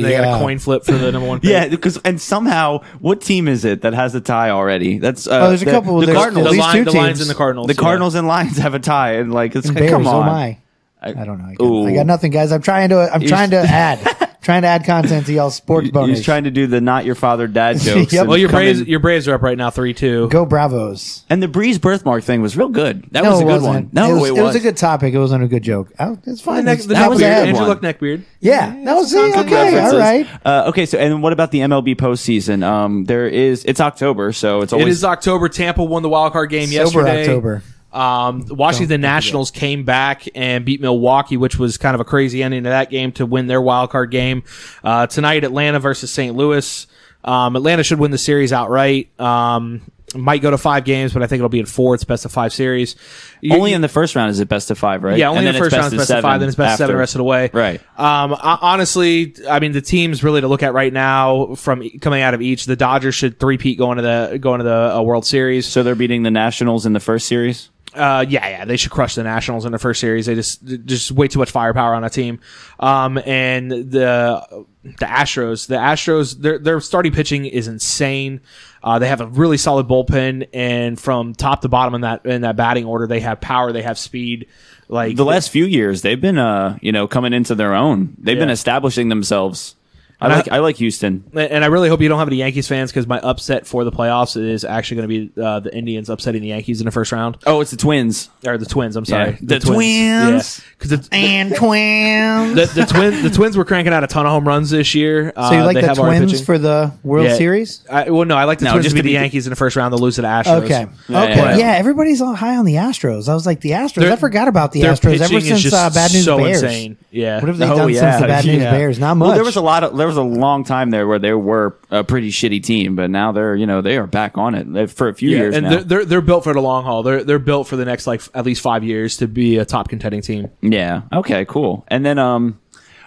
Speaker 5: they got
Speaker 4: yeah.
Speaker 5: a coin flip for the number one. Pick.
Speaker 3: Yeah, because and somehow, what team is it that has a tie already? That's uh,
Speaker 4: Oh, there's a
Speaker 3: the-
Speaker 4: couple.
Speaker 3: The
Speaker 4: There's
Speaker 5: the,
Speaker 3: Cardinals,
Speaker 4: at least
Speaker 5: line,
Speaker 4: two
Speaker 5: the Lions
Speaker 4: teams.
Speaker 5: and the Cardinals.
Speaker 3: the
Speaker 5: yeah.
Speaker 3: Cardinals and Lions have a tie, and like it's
Speaker 4: Bears,
Speaker 3: come
Speaker 4: oh
Speaker 3: on.
Speaker 4: my. I, don't know. I,
Speaker 3: Ooh.
Speaker 4: got, I got nothing, guys. I'm trying to. I'm trying to add. trying to add content to y'all's sports bonus.
Speaker 3: He's trying to do the not your father dad jokes.
Speaker 4: Yep.
Speaker 3: and
Speaker 5: Well, your
Speaker 3: come
Speaker 5: Braves,
Speaker 3: in-
Speaker 5: your Braves are up right now, three two.
Speaker 4: Go Bravos.
Speaker 3: and the Breeze birthmark thing was real good. That
Speaker 4: No,
Speaker 3: was a
Speaker 4: it
Speaker 3: good
Speaker 4: wasn't.
Speaker 3: one. No,
Speaker 4: it was, a good topic. It wasn't a good joke. Oh, it's fine.
Speaker 5: Next, the
Speaker 4: that was
Speaker 5: neckbeard,
Speaker 4: a
Speaker 5: Andrew
Speaker 3: one.
Speaker 5: Luck neckbeard.
Speaker 4: Yeah, that was it.
Speaker 3: Good
Speaker 4: Okay,
Speaker 3: references.
Speaker 4: all right.
Speaker 3: Uh, okay, so and what about the MLB postseason? Um, there is it's October, so it's always
Speaker 5: It is uh, October. Tampa won the wild card game
Speaker 4: Sober
Speaker 5: yesterday.
Speaker 4: October.
Speaker 5: Um, the Washington Nationals came back and beat Milwaukee, which was kind of a crazy ending to that game to win their wild card game. Uh, tonight, Atlanta versus St. Louis. Um, Atlanta should win the series outright. Um, might go to five games, but I think it'll be in four. It's best of five series. You-
Speaker 3: Only in the first round is it best of five, right?
Speaker 5: yeah, only
Speaker 3: And
Speaker 5: in the
Speaker 3: then
Speaker 5: first
Speaker 3: it's
Speaker 5: round is best of five, then it's best of seven
Speaker 3: after.
Speaker 5: the rest of the way.
Speaker 3: Right.
Speaker 5: Um, I, honestly, I mean, the teams really to look at right now from e- coming out of each, the Dodgers should three-peat going to the going to the uh, World Series.
Speaker 3: So they're beating the Nationals in the first series.
Speaker 5: Uh, yeah, yeah, they should crush the Nationals in their first series. They just just way too much firepower on a team. Um, and the the Astros, the Astros, their their starting pitching is insane. Uh, they have a really solid bullpen, and from top to bottom in that in that batting order, they have power, they have speed. Like
Speaker 3: The last few years, they've been, uh, you know, coming into their own. They've been
Speaker 5: Yeah.
Speaker 3: establishing themselves. I
Speaker 5: And I-
Speaker 3: like, I like Houston.
Speaker 5: and I really hope you don't have any Yankees fans because my upset for the playoffs is actually going to be uh, the Indians upsetting the Yankees in the first round
Speaker 3: Oh, it's the Twins.
Speaker 5: or the Twins. I'm sorry,
Speaker 3: Yeah. The Twins.
Speaker 5: because the, and twins. The, the twins. The twins were cranking out a ton of home runs this year. Uh,
Speaker 4: So you like
Speaker 5: they
Speaker 4: the
Speaker 5: have our
Speaker 4: Twins
Speaker 5: pitching.
Speaker 4: for the World
Speaker 5: Yeah.
Speaker 4: Series?
Speaker 5: I, well, no, I like the
Speaker 3: No,
Speaker 5: Twins
Speaker 3: just
Speaker 5: to
Speaker 3: to
Speaker 5: be the
Speaker 3: be-
Speaker 5: Yankees in the first round. They'll lose to the Astros.
Speaker 4: Okay.
Speaker 3: Yeah,
Speaker 4: okay.
Speaker 3: yeah,
Speaker 4: Yeah,
Speaker 3: yeah.
Speaker 4: everybody's all high on the Astros. I was like, the Astros.
Speaker 5: Their-
Speaker 4: I forgot about the
Speaker 5: Their
Speaker 4: Astros ever
Speaker 5: pitching is
Speaker 4: since
Speaker 5: just
Speaker 4: uh, Bad News
Speaker 5: so
Speaker 4: Bears.
Speaker 5: insane. Oh, Yeah.
Speaker 4: What have they done since the Bad News Bears? Not much.
Speaker 3: Well, there was a lot of there was a long time there where they were a pretty shitty team, but now they're you know they are back on it They've- for a few years
Speaker 5: and
Speaker 3: now.
Speaker 5: they're, they're they're built for the long haul. They're they're built for the next like at least five years to be a top contending team.
Speaker 3: Yeah. Okay. Cool. And then um,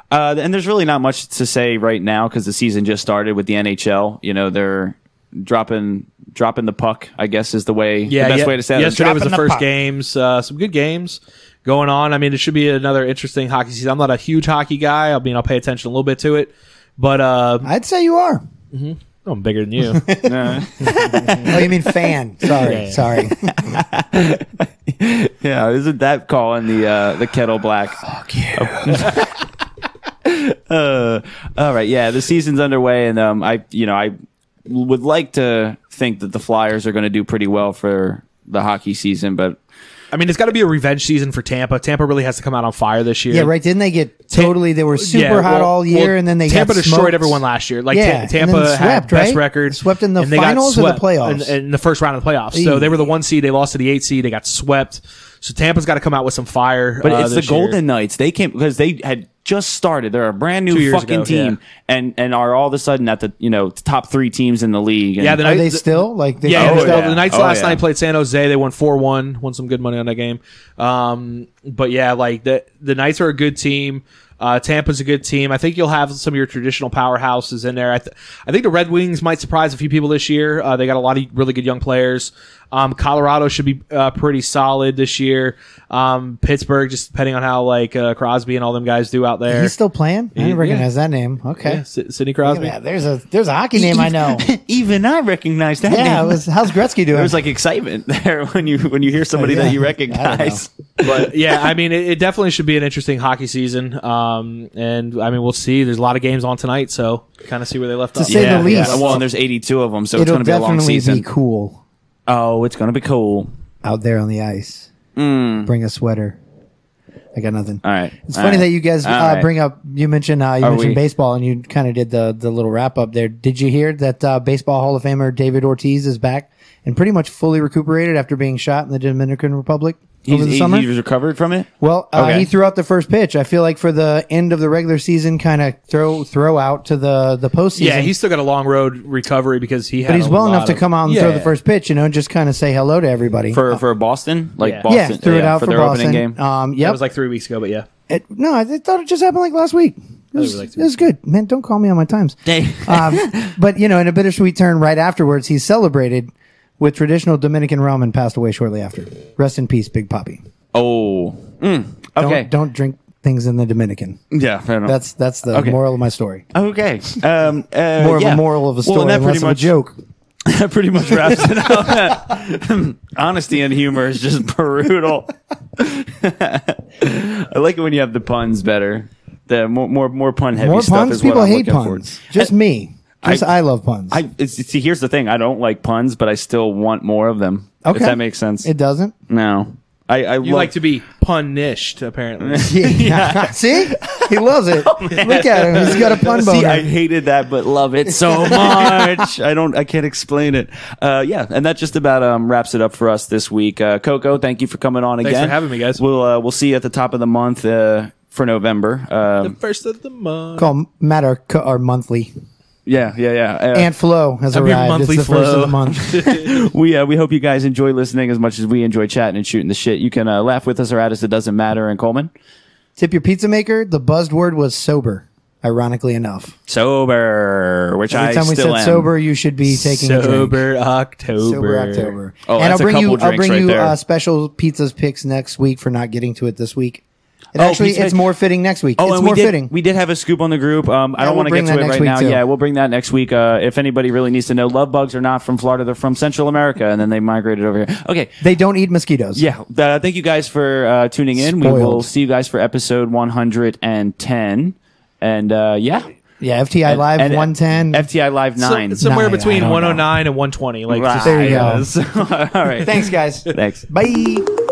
Speaker 3: uh, and there's really not much to say right now because the season just started with the NHL. You know they're dropping dropping the puck. I guess is the way the best
Speaker 5: ye-
Speaker 3: way to say
Speaker 5: Yesterday was the
Speaker 4: Dropping the
Speaker 5: first
Speaker 4: puck.
Speaker 5: games. Uh, some good games going on. I mean, it should be another interesting hockey season. I'm not a huge hockey guy. I mean, I'll pay attention a little bit to it, but uh,
Speaker 4: I'd say you are.
Speaker 5: I'm bigger than you.
Speaker 3: it. Uh,
Speaker 4: Oh, you mean fan? Sorry,
Speaker 5: Yeah, yeah.
Speaker 4: sorry.
Speaker 3: yeah. Isn't that calling the uh, the kettle black? uh, all right, yeah, the season's underway, and um, I, you know, I would like to think that the Flyers are going to do pretty well for the hockey season, but
Speaker 5: I mean, it's got to be a revenge season for Tampa. Tampa really has to come out on fire this year.
Speaker 4: yeah, right. Didn't they get totally? They were super
Speaker 5: Yeah,
Speaker 4: hot
Speaker 5: well-
Speaker 4: all year,
Speaker 5: well,
Speaker 4: and then they
Speaker 5: Tampa
Speaker 4: got
Speaker 5: destroyed
Speaker 4: smoked.
Speaker 5: everyone last year. Like
Speaker 4: Yeah,
Speaker 5: Ta-
Speaker 4: and then
Speaker 5: Tampa had
Speaker 4: swept,
Speaker 5: best
Speaker 4: right?
Speaker 5: record,
Speaker 4: Swept in the
Speaker 5: and they got
Speaker 4: finals or the
Speaker 5: swept
Speaker 4: playoffs?
Speaker 5: in, in the first round of the playoffs. So
Speaker 4: Eee.
Speaker 5: they were the one seed. They lost to the eight seed. They got swept. So Tampa's got to come out with some fire.
Speaker 3: But
Speaker 5: uh,
Speaker 3: it's the
Speaker 5: this year.
Speaker 3: Golden Knights. They came because they had just started. They're a brand
Speaker 5: Two
Speaker 3: new
Speaker 5: years
Speaker 3: fucking
Speaker 5: ago,
Speaker 3: team, and and are all of a sudden at the you know top three teams in the league. And
Speaker 5: Yeah, the
Speaker 4: Are
Speaker 5: Knights-
Speaker 4: they
Speaker 5: the-
Speaker 4: still like? They
Speaker 5: Yeah,
Speaker 3: Oh,
Speaker 5: well,
Speaker 3: yeah.
Speaker 5: the Knights
Speaker 3: Oh,
Speaker 5: last
Speaker 3: yeah.
Speaker 5: night played San Jose. They won four one, won some good money on that game. Um, but yeah, like the the Knights are a good team. Uh, Tampa's a good team. I think you'll have some of your traditional powerhouses in there. I, th- I think the Red Wings might surprise a few people this year. Uh, they got a lot of really good young players. Um, Colorado should be uh, pretty solid this year. Um, Pittsburgh, just depending on how like uh, Crosby and all them guys do out there.
Speaker 4: he's still playing. I didn't
Speaker 5: Yeah.
Speaker 4: recognize that name. Okay.
Speaker 5: yeah, Sy- Sidney
Speaker 4: Look at
Speaker 5: Crosby.
Speaker 4: that. There's a there's a hockey name I know.
Speaker 3: even I recognize that.
Speaker 4: Yeah, it
Speaker 3: name.
Speaker 4: was how's Gretzky doing?
Speaker 3: there was like excitement there when you when you hear somebody
Speaker 4: yeah.
Speaker 3: that you
Speaker 4: I don't know.
Speaker 3: recognize.
Speaker 5: but yeah, I mean, it, it definitely should be an interesting hockey season. Um, and I mean, we'll see. There's a lot of games on tonight, so kind of see where they left off.
Speaker 4: say the
Speaker 5: yeah.
Speaker 4: least.
Speaker 3: Well, and there's 82 of them, so it's
Speaker 4: It'll
Speaker 3: going to be a long
Speaker 4: definitely
Speaker 3: season.
Speaker 4: be cool
Speaker 3: Oh, it's going to be cool.
Speaker 4: out there on the ice. Bring a sweater. I got nothing.
Speaker 3: Mm. All right.
Speaker 4: It's funny that you guys uh,
Speaker 3: Alright.
Speaker 4: bring up. You mentioned uh, you
Speaker 3: Are
Speaker 4: mentioned
Speaker 3: we-
Speaker 4: baseball, and you kind of did the the little wrap up there. Did you hear that uh, baseball Hall of Famer David Ortiz is back and pretty much fully recuperated after being shot in the Dominican Republic
Speaker 3: He's,
Speaker 4: over the
Speaker 3: he-
Speaker 4: summer?
Speaker 3: he's recovered from it.
Speaker 4: Well, uh,
Speaker 3: Okay.
Speaker 4: he threw out the first pitch. I feel like for the end of the regular season, kind of throw throw out to the the postseason.
Speaker 5: Yeah, he's still got a long road recovery because he. Had
Speaker 4: but he's
Speaker 5: a
Speaker 4: well
Speaker 5: lot
Speaker 4: enough to
Speaker 5: of-
Speaker 4: come out and
Speaker 5: Yeah.
Speaker 4: throw the first pitch, you know, and just kind of say hello to everybody.
Speaker 3: For, for Boston, like
Speaker 5: Yeah.
Speaker 3: Boston,
Speaker 4: yeah, threw it
Speaker 3: yeah,
Speaker 4: out for,
Speaker 3: their
Speaker 4: Boston.
Speaker 3: opening game.
Speaker 4: Um,
Speaker 5: That
Speaker 4: yep.
Speaker 5: was like three weeks ago, but yeah.
Speaker 4: It- no, I th- thought it just happened like last week. It was,
Speaker 5: was like two
Speaker 4: it was good, man. Don't call me on my times.
Speaker 3: Dang.
Speaker 4: um, but you know, in a bittersweet turn, right afterwards, he celebrated with traditional Dominican rum and passed away shortly after. Rest in peace, Big Poppy.
Speaker 3: Oh, Mm.
Speaker 4: Don't,
Speaker 3: okay.
Speaker 4: don't drink things in the Dominican.
Speaker 3: Yeah, fair enough.
Speaker 4: That's that's the
Speaker 3: Okay.
Speaker 4: moral of my story.
Speaker 3: okay. Um, uh,
Speaker 4: More of
Speaker 3: yeah.
Speaker 4: a moral of a story,
Speaker 3: Well, and that pretty
Speaker 4: less of a
Speaker 3: much
Speaker 4: joke.
Speaker 3: that pretty much wraps it up. Honesty and humor is just brutal. I like it when you have the puns better. The more more more pun heavy
Speaker 4: More
Speaker 3: stuff
Speaker 4: puns.
Speaker 3: is what
Speaker 4: People
Speaker 3: I'm
Speaker 4: hate
Speaker 3: looking for.
Speaker 4: puns. Just me. Just I, love puns.
Speaker 3: I it's, see. Here's the thing. I don't like puns, but I still want more of them.
Speaker 4: Okay.
Speaker 3: If that makes sense.
Speaker 4: it doesn't.
Speaker 3: no. I, I
Speaker 5: You like to be punished, apparently.
Speaker 4: Yeah. See, he loves it. Look at him. He's got a pun
Speaker 3: Oh, See,
Speaker 4: boner.
Speaker 3: I hated that, but love it so much. I don't. I can't explain it. Uh, yeah, and that just about um, wraps it up for us this week. Uh, Coco, thank you for coming on
Speaker 5: Thanks
Speaker 3: again.
Speaker 5: for having me, guys.
Speaker 3: We'll uh, we'll see you at the top of the month uh, for November. Um,
Speaker 5: First of the month.
Speaker 4: Call Matt our, co- our monthly.
Speaker 3: Yeah, yeah, yeah. Uh,
Speaker 4: And Flo has
Speaker 5: That'd be your
Speaker 4: arrived. It's
Speaker 5: monthly
Speaker 4: the first
Speaker 5: Flo.
Speaker 4: of the month.
Speaker 3: we uh, we hope you guys enjoy listening as much as we enjoy chatting and shooting the shit. You can uh, laugh with us or at us. It doesn't matter. And Coleman,
Speaker 4: Tip your pizza maker. The buzzed word was sober. Ironically enough,
Speaker 3: sober, which I
Speaker 4: every time we
Speaker 3: still
Speaker 4: said
Speaker 3: am.
Speaker 4: sober, you should be taking a drink.
Speaker 5: Sober October.
Speaker 4: Sober October.
Speaker 3: Oh,
Speaker 4: and
Speaker 3: that's a
Speaker 4: I'll bring
Speaker 3: couple
Speaker 4: you. I'll
Speaker 3: drinks
Speaker 4: bring
Speaker 3: right
Speaker 4: you
Speaker 3: there.
Speaker 4: uh, special pizzas picks next week for not getting to it this week. It
Speaker 3: Oh,
Speaker 4: actually,
Speaker 3: pizza-
Speaker 4: it's more fitting next week.
Speaker 3: Oh,
Speaker 4: it's
Speaker 3: and
Speaker 4: more
Speaker 3: we did,
Speaker 4: fitting.
Speaker 3: We did have a scoop on the group. Um, I
Speaker 4: Yeah,
Speaker 3: don't
Speaker 4: we'll
Speaker 3: want to
Speaker 4: bring
Speaker 3: get to
Speaker 4: that
Speaker 3: it
Speaker 4: next
Speaker 3: right
Speaker 4: week,
Speaker 3: now.
Speaker 4: too.
Speaker 3: Yeah, we'll bring that next week. Uh, if anybody really needs to know, love bugs are not from Florida; they're from Central America, and then they migrated over here. Okay,
Speaker 4: they don't eat mosquitoes.
Speaker 3: yeah. Uh, thank you guys for uh, tuning in. We will
Speaker 4: Spoiled.
Speaker 3: see you guys for episode 110, and uh, yeah,
Speaker 4: yeah. FTI Live
Speaker 3: and-
Speaker 4: one ten.
Speaker 3: FTI Live
Speaker 5: So-
Speaker 3: nine.
Speaker 5: somewhere
Speaker 4: Nine, I
Speaker 5: between
Speaker 4: don't know.
Speaker 5: 109 and 120. Like, just-
Speaker 4: There you go.
Speaker 3: All right.
Speaker 4: Thanks, guys.
Speaker 3: Thanks.
Speaker 4: Bye.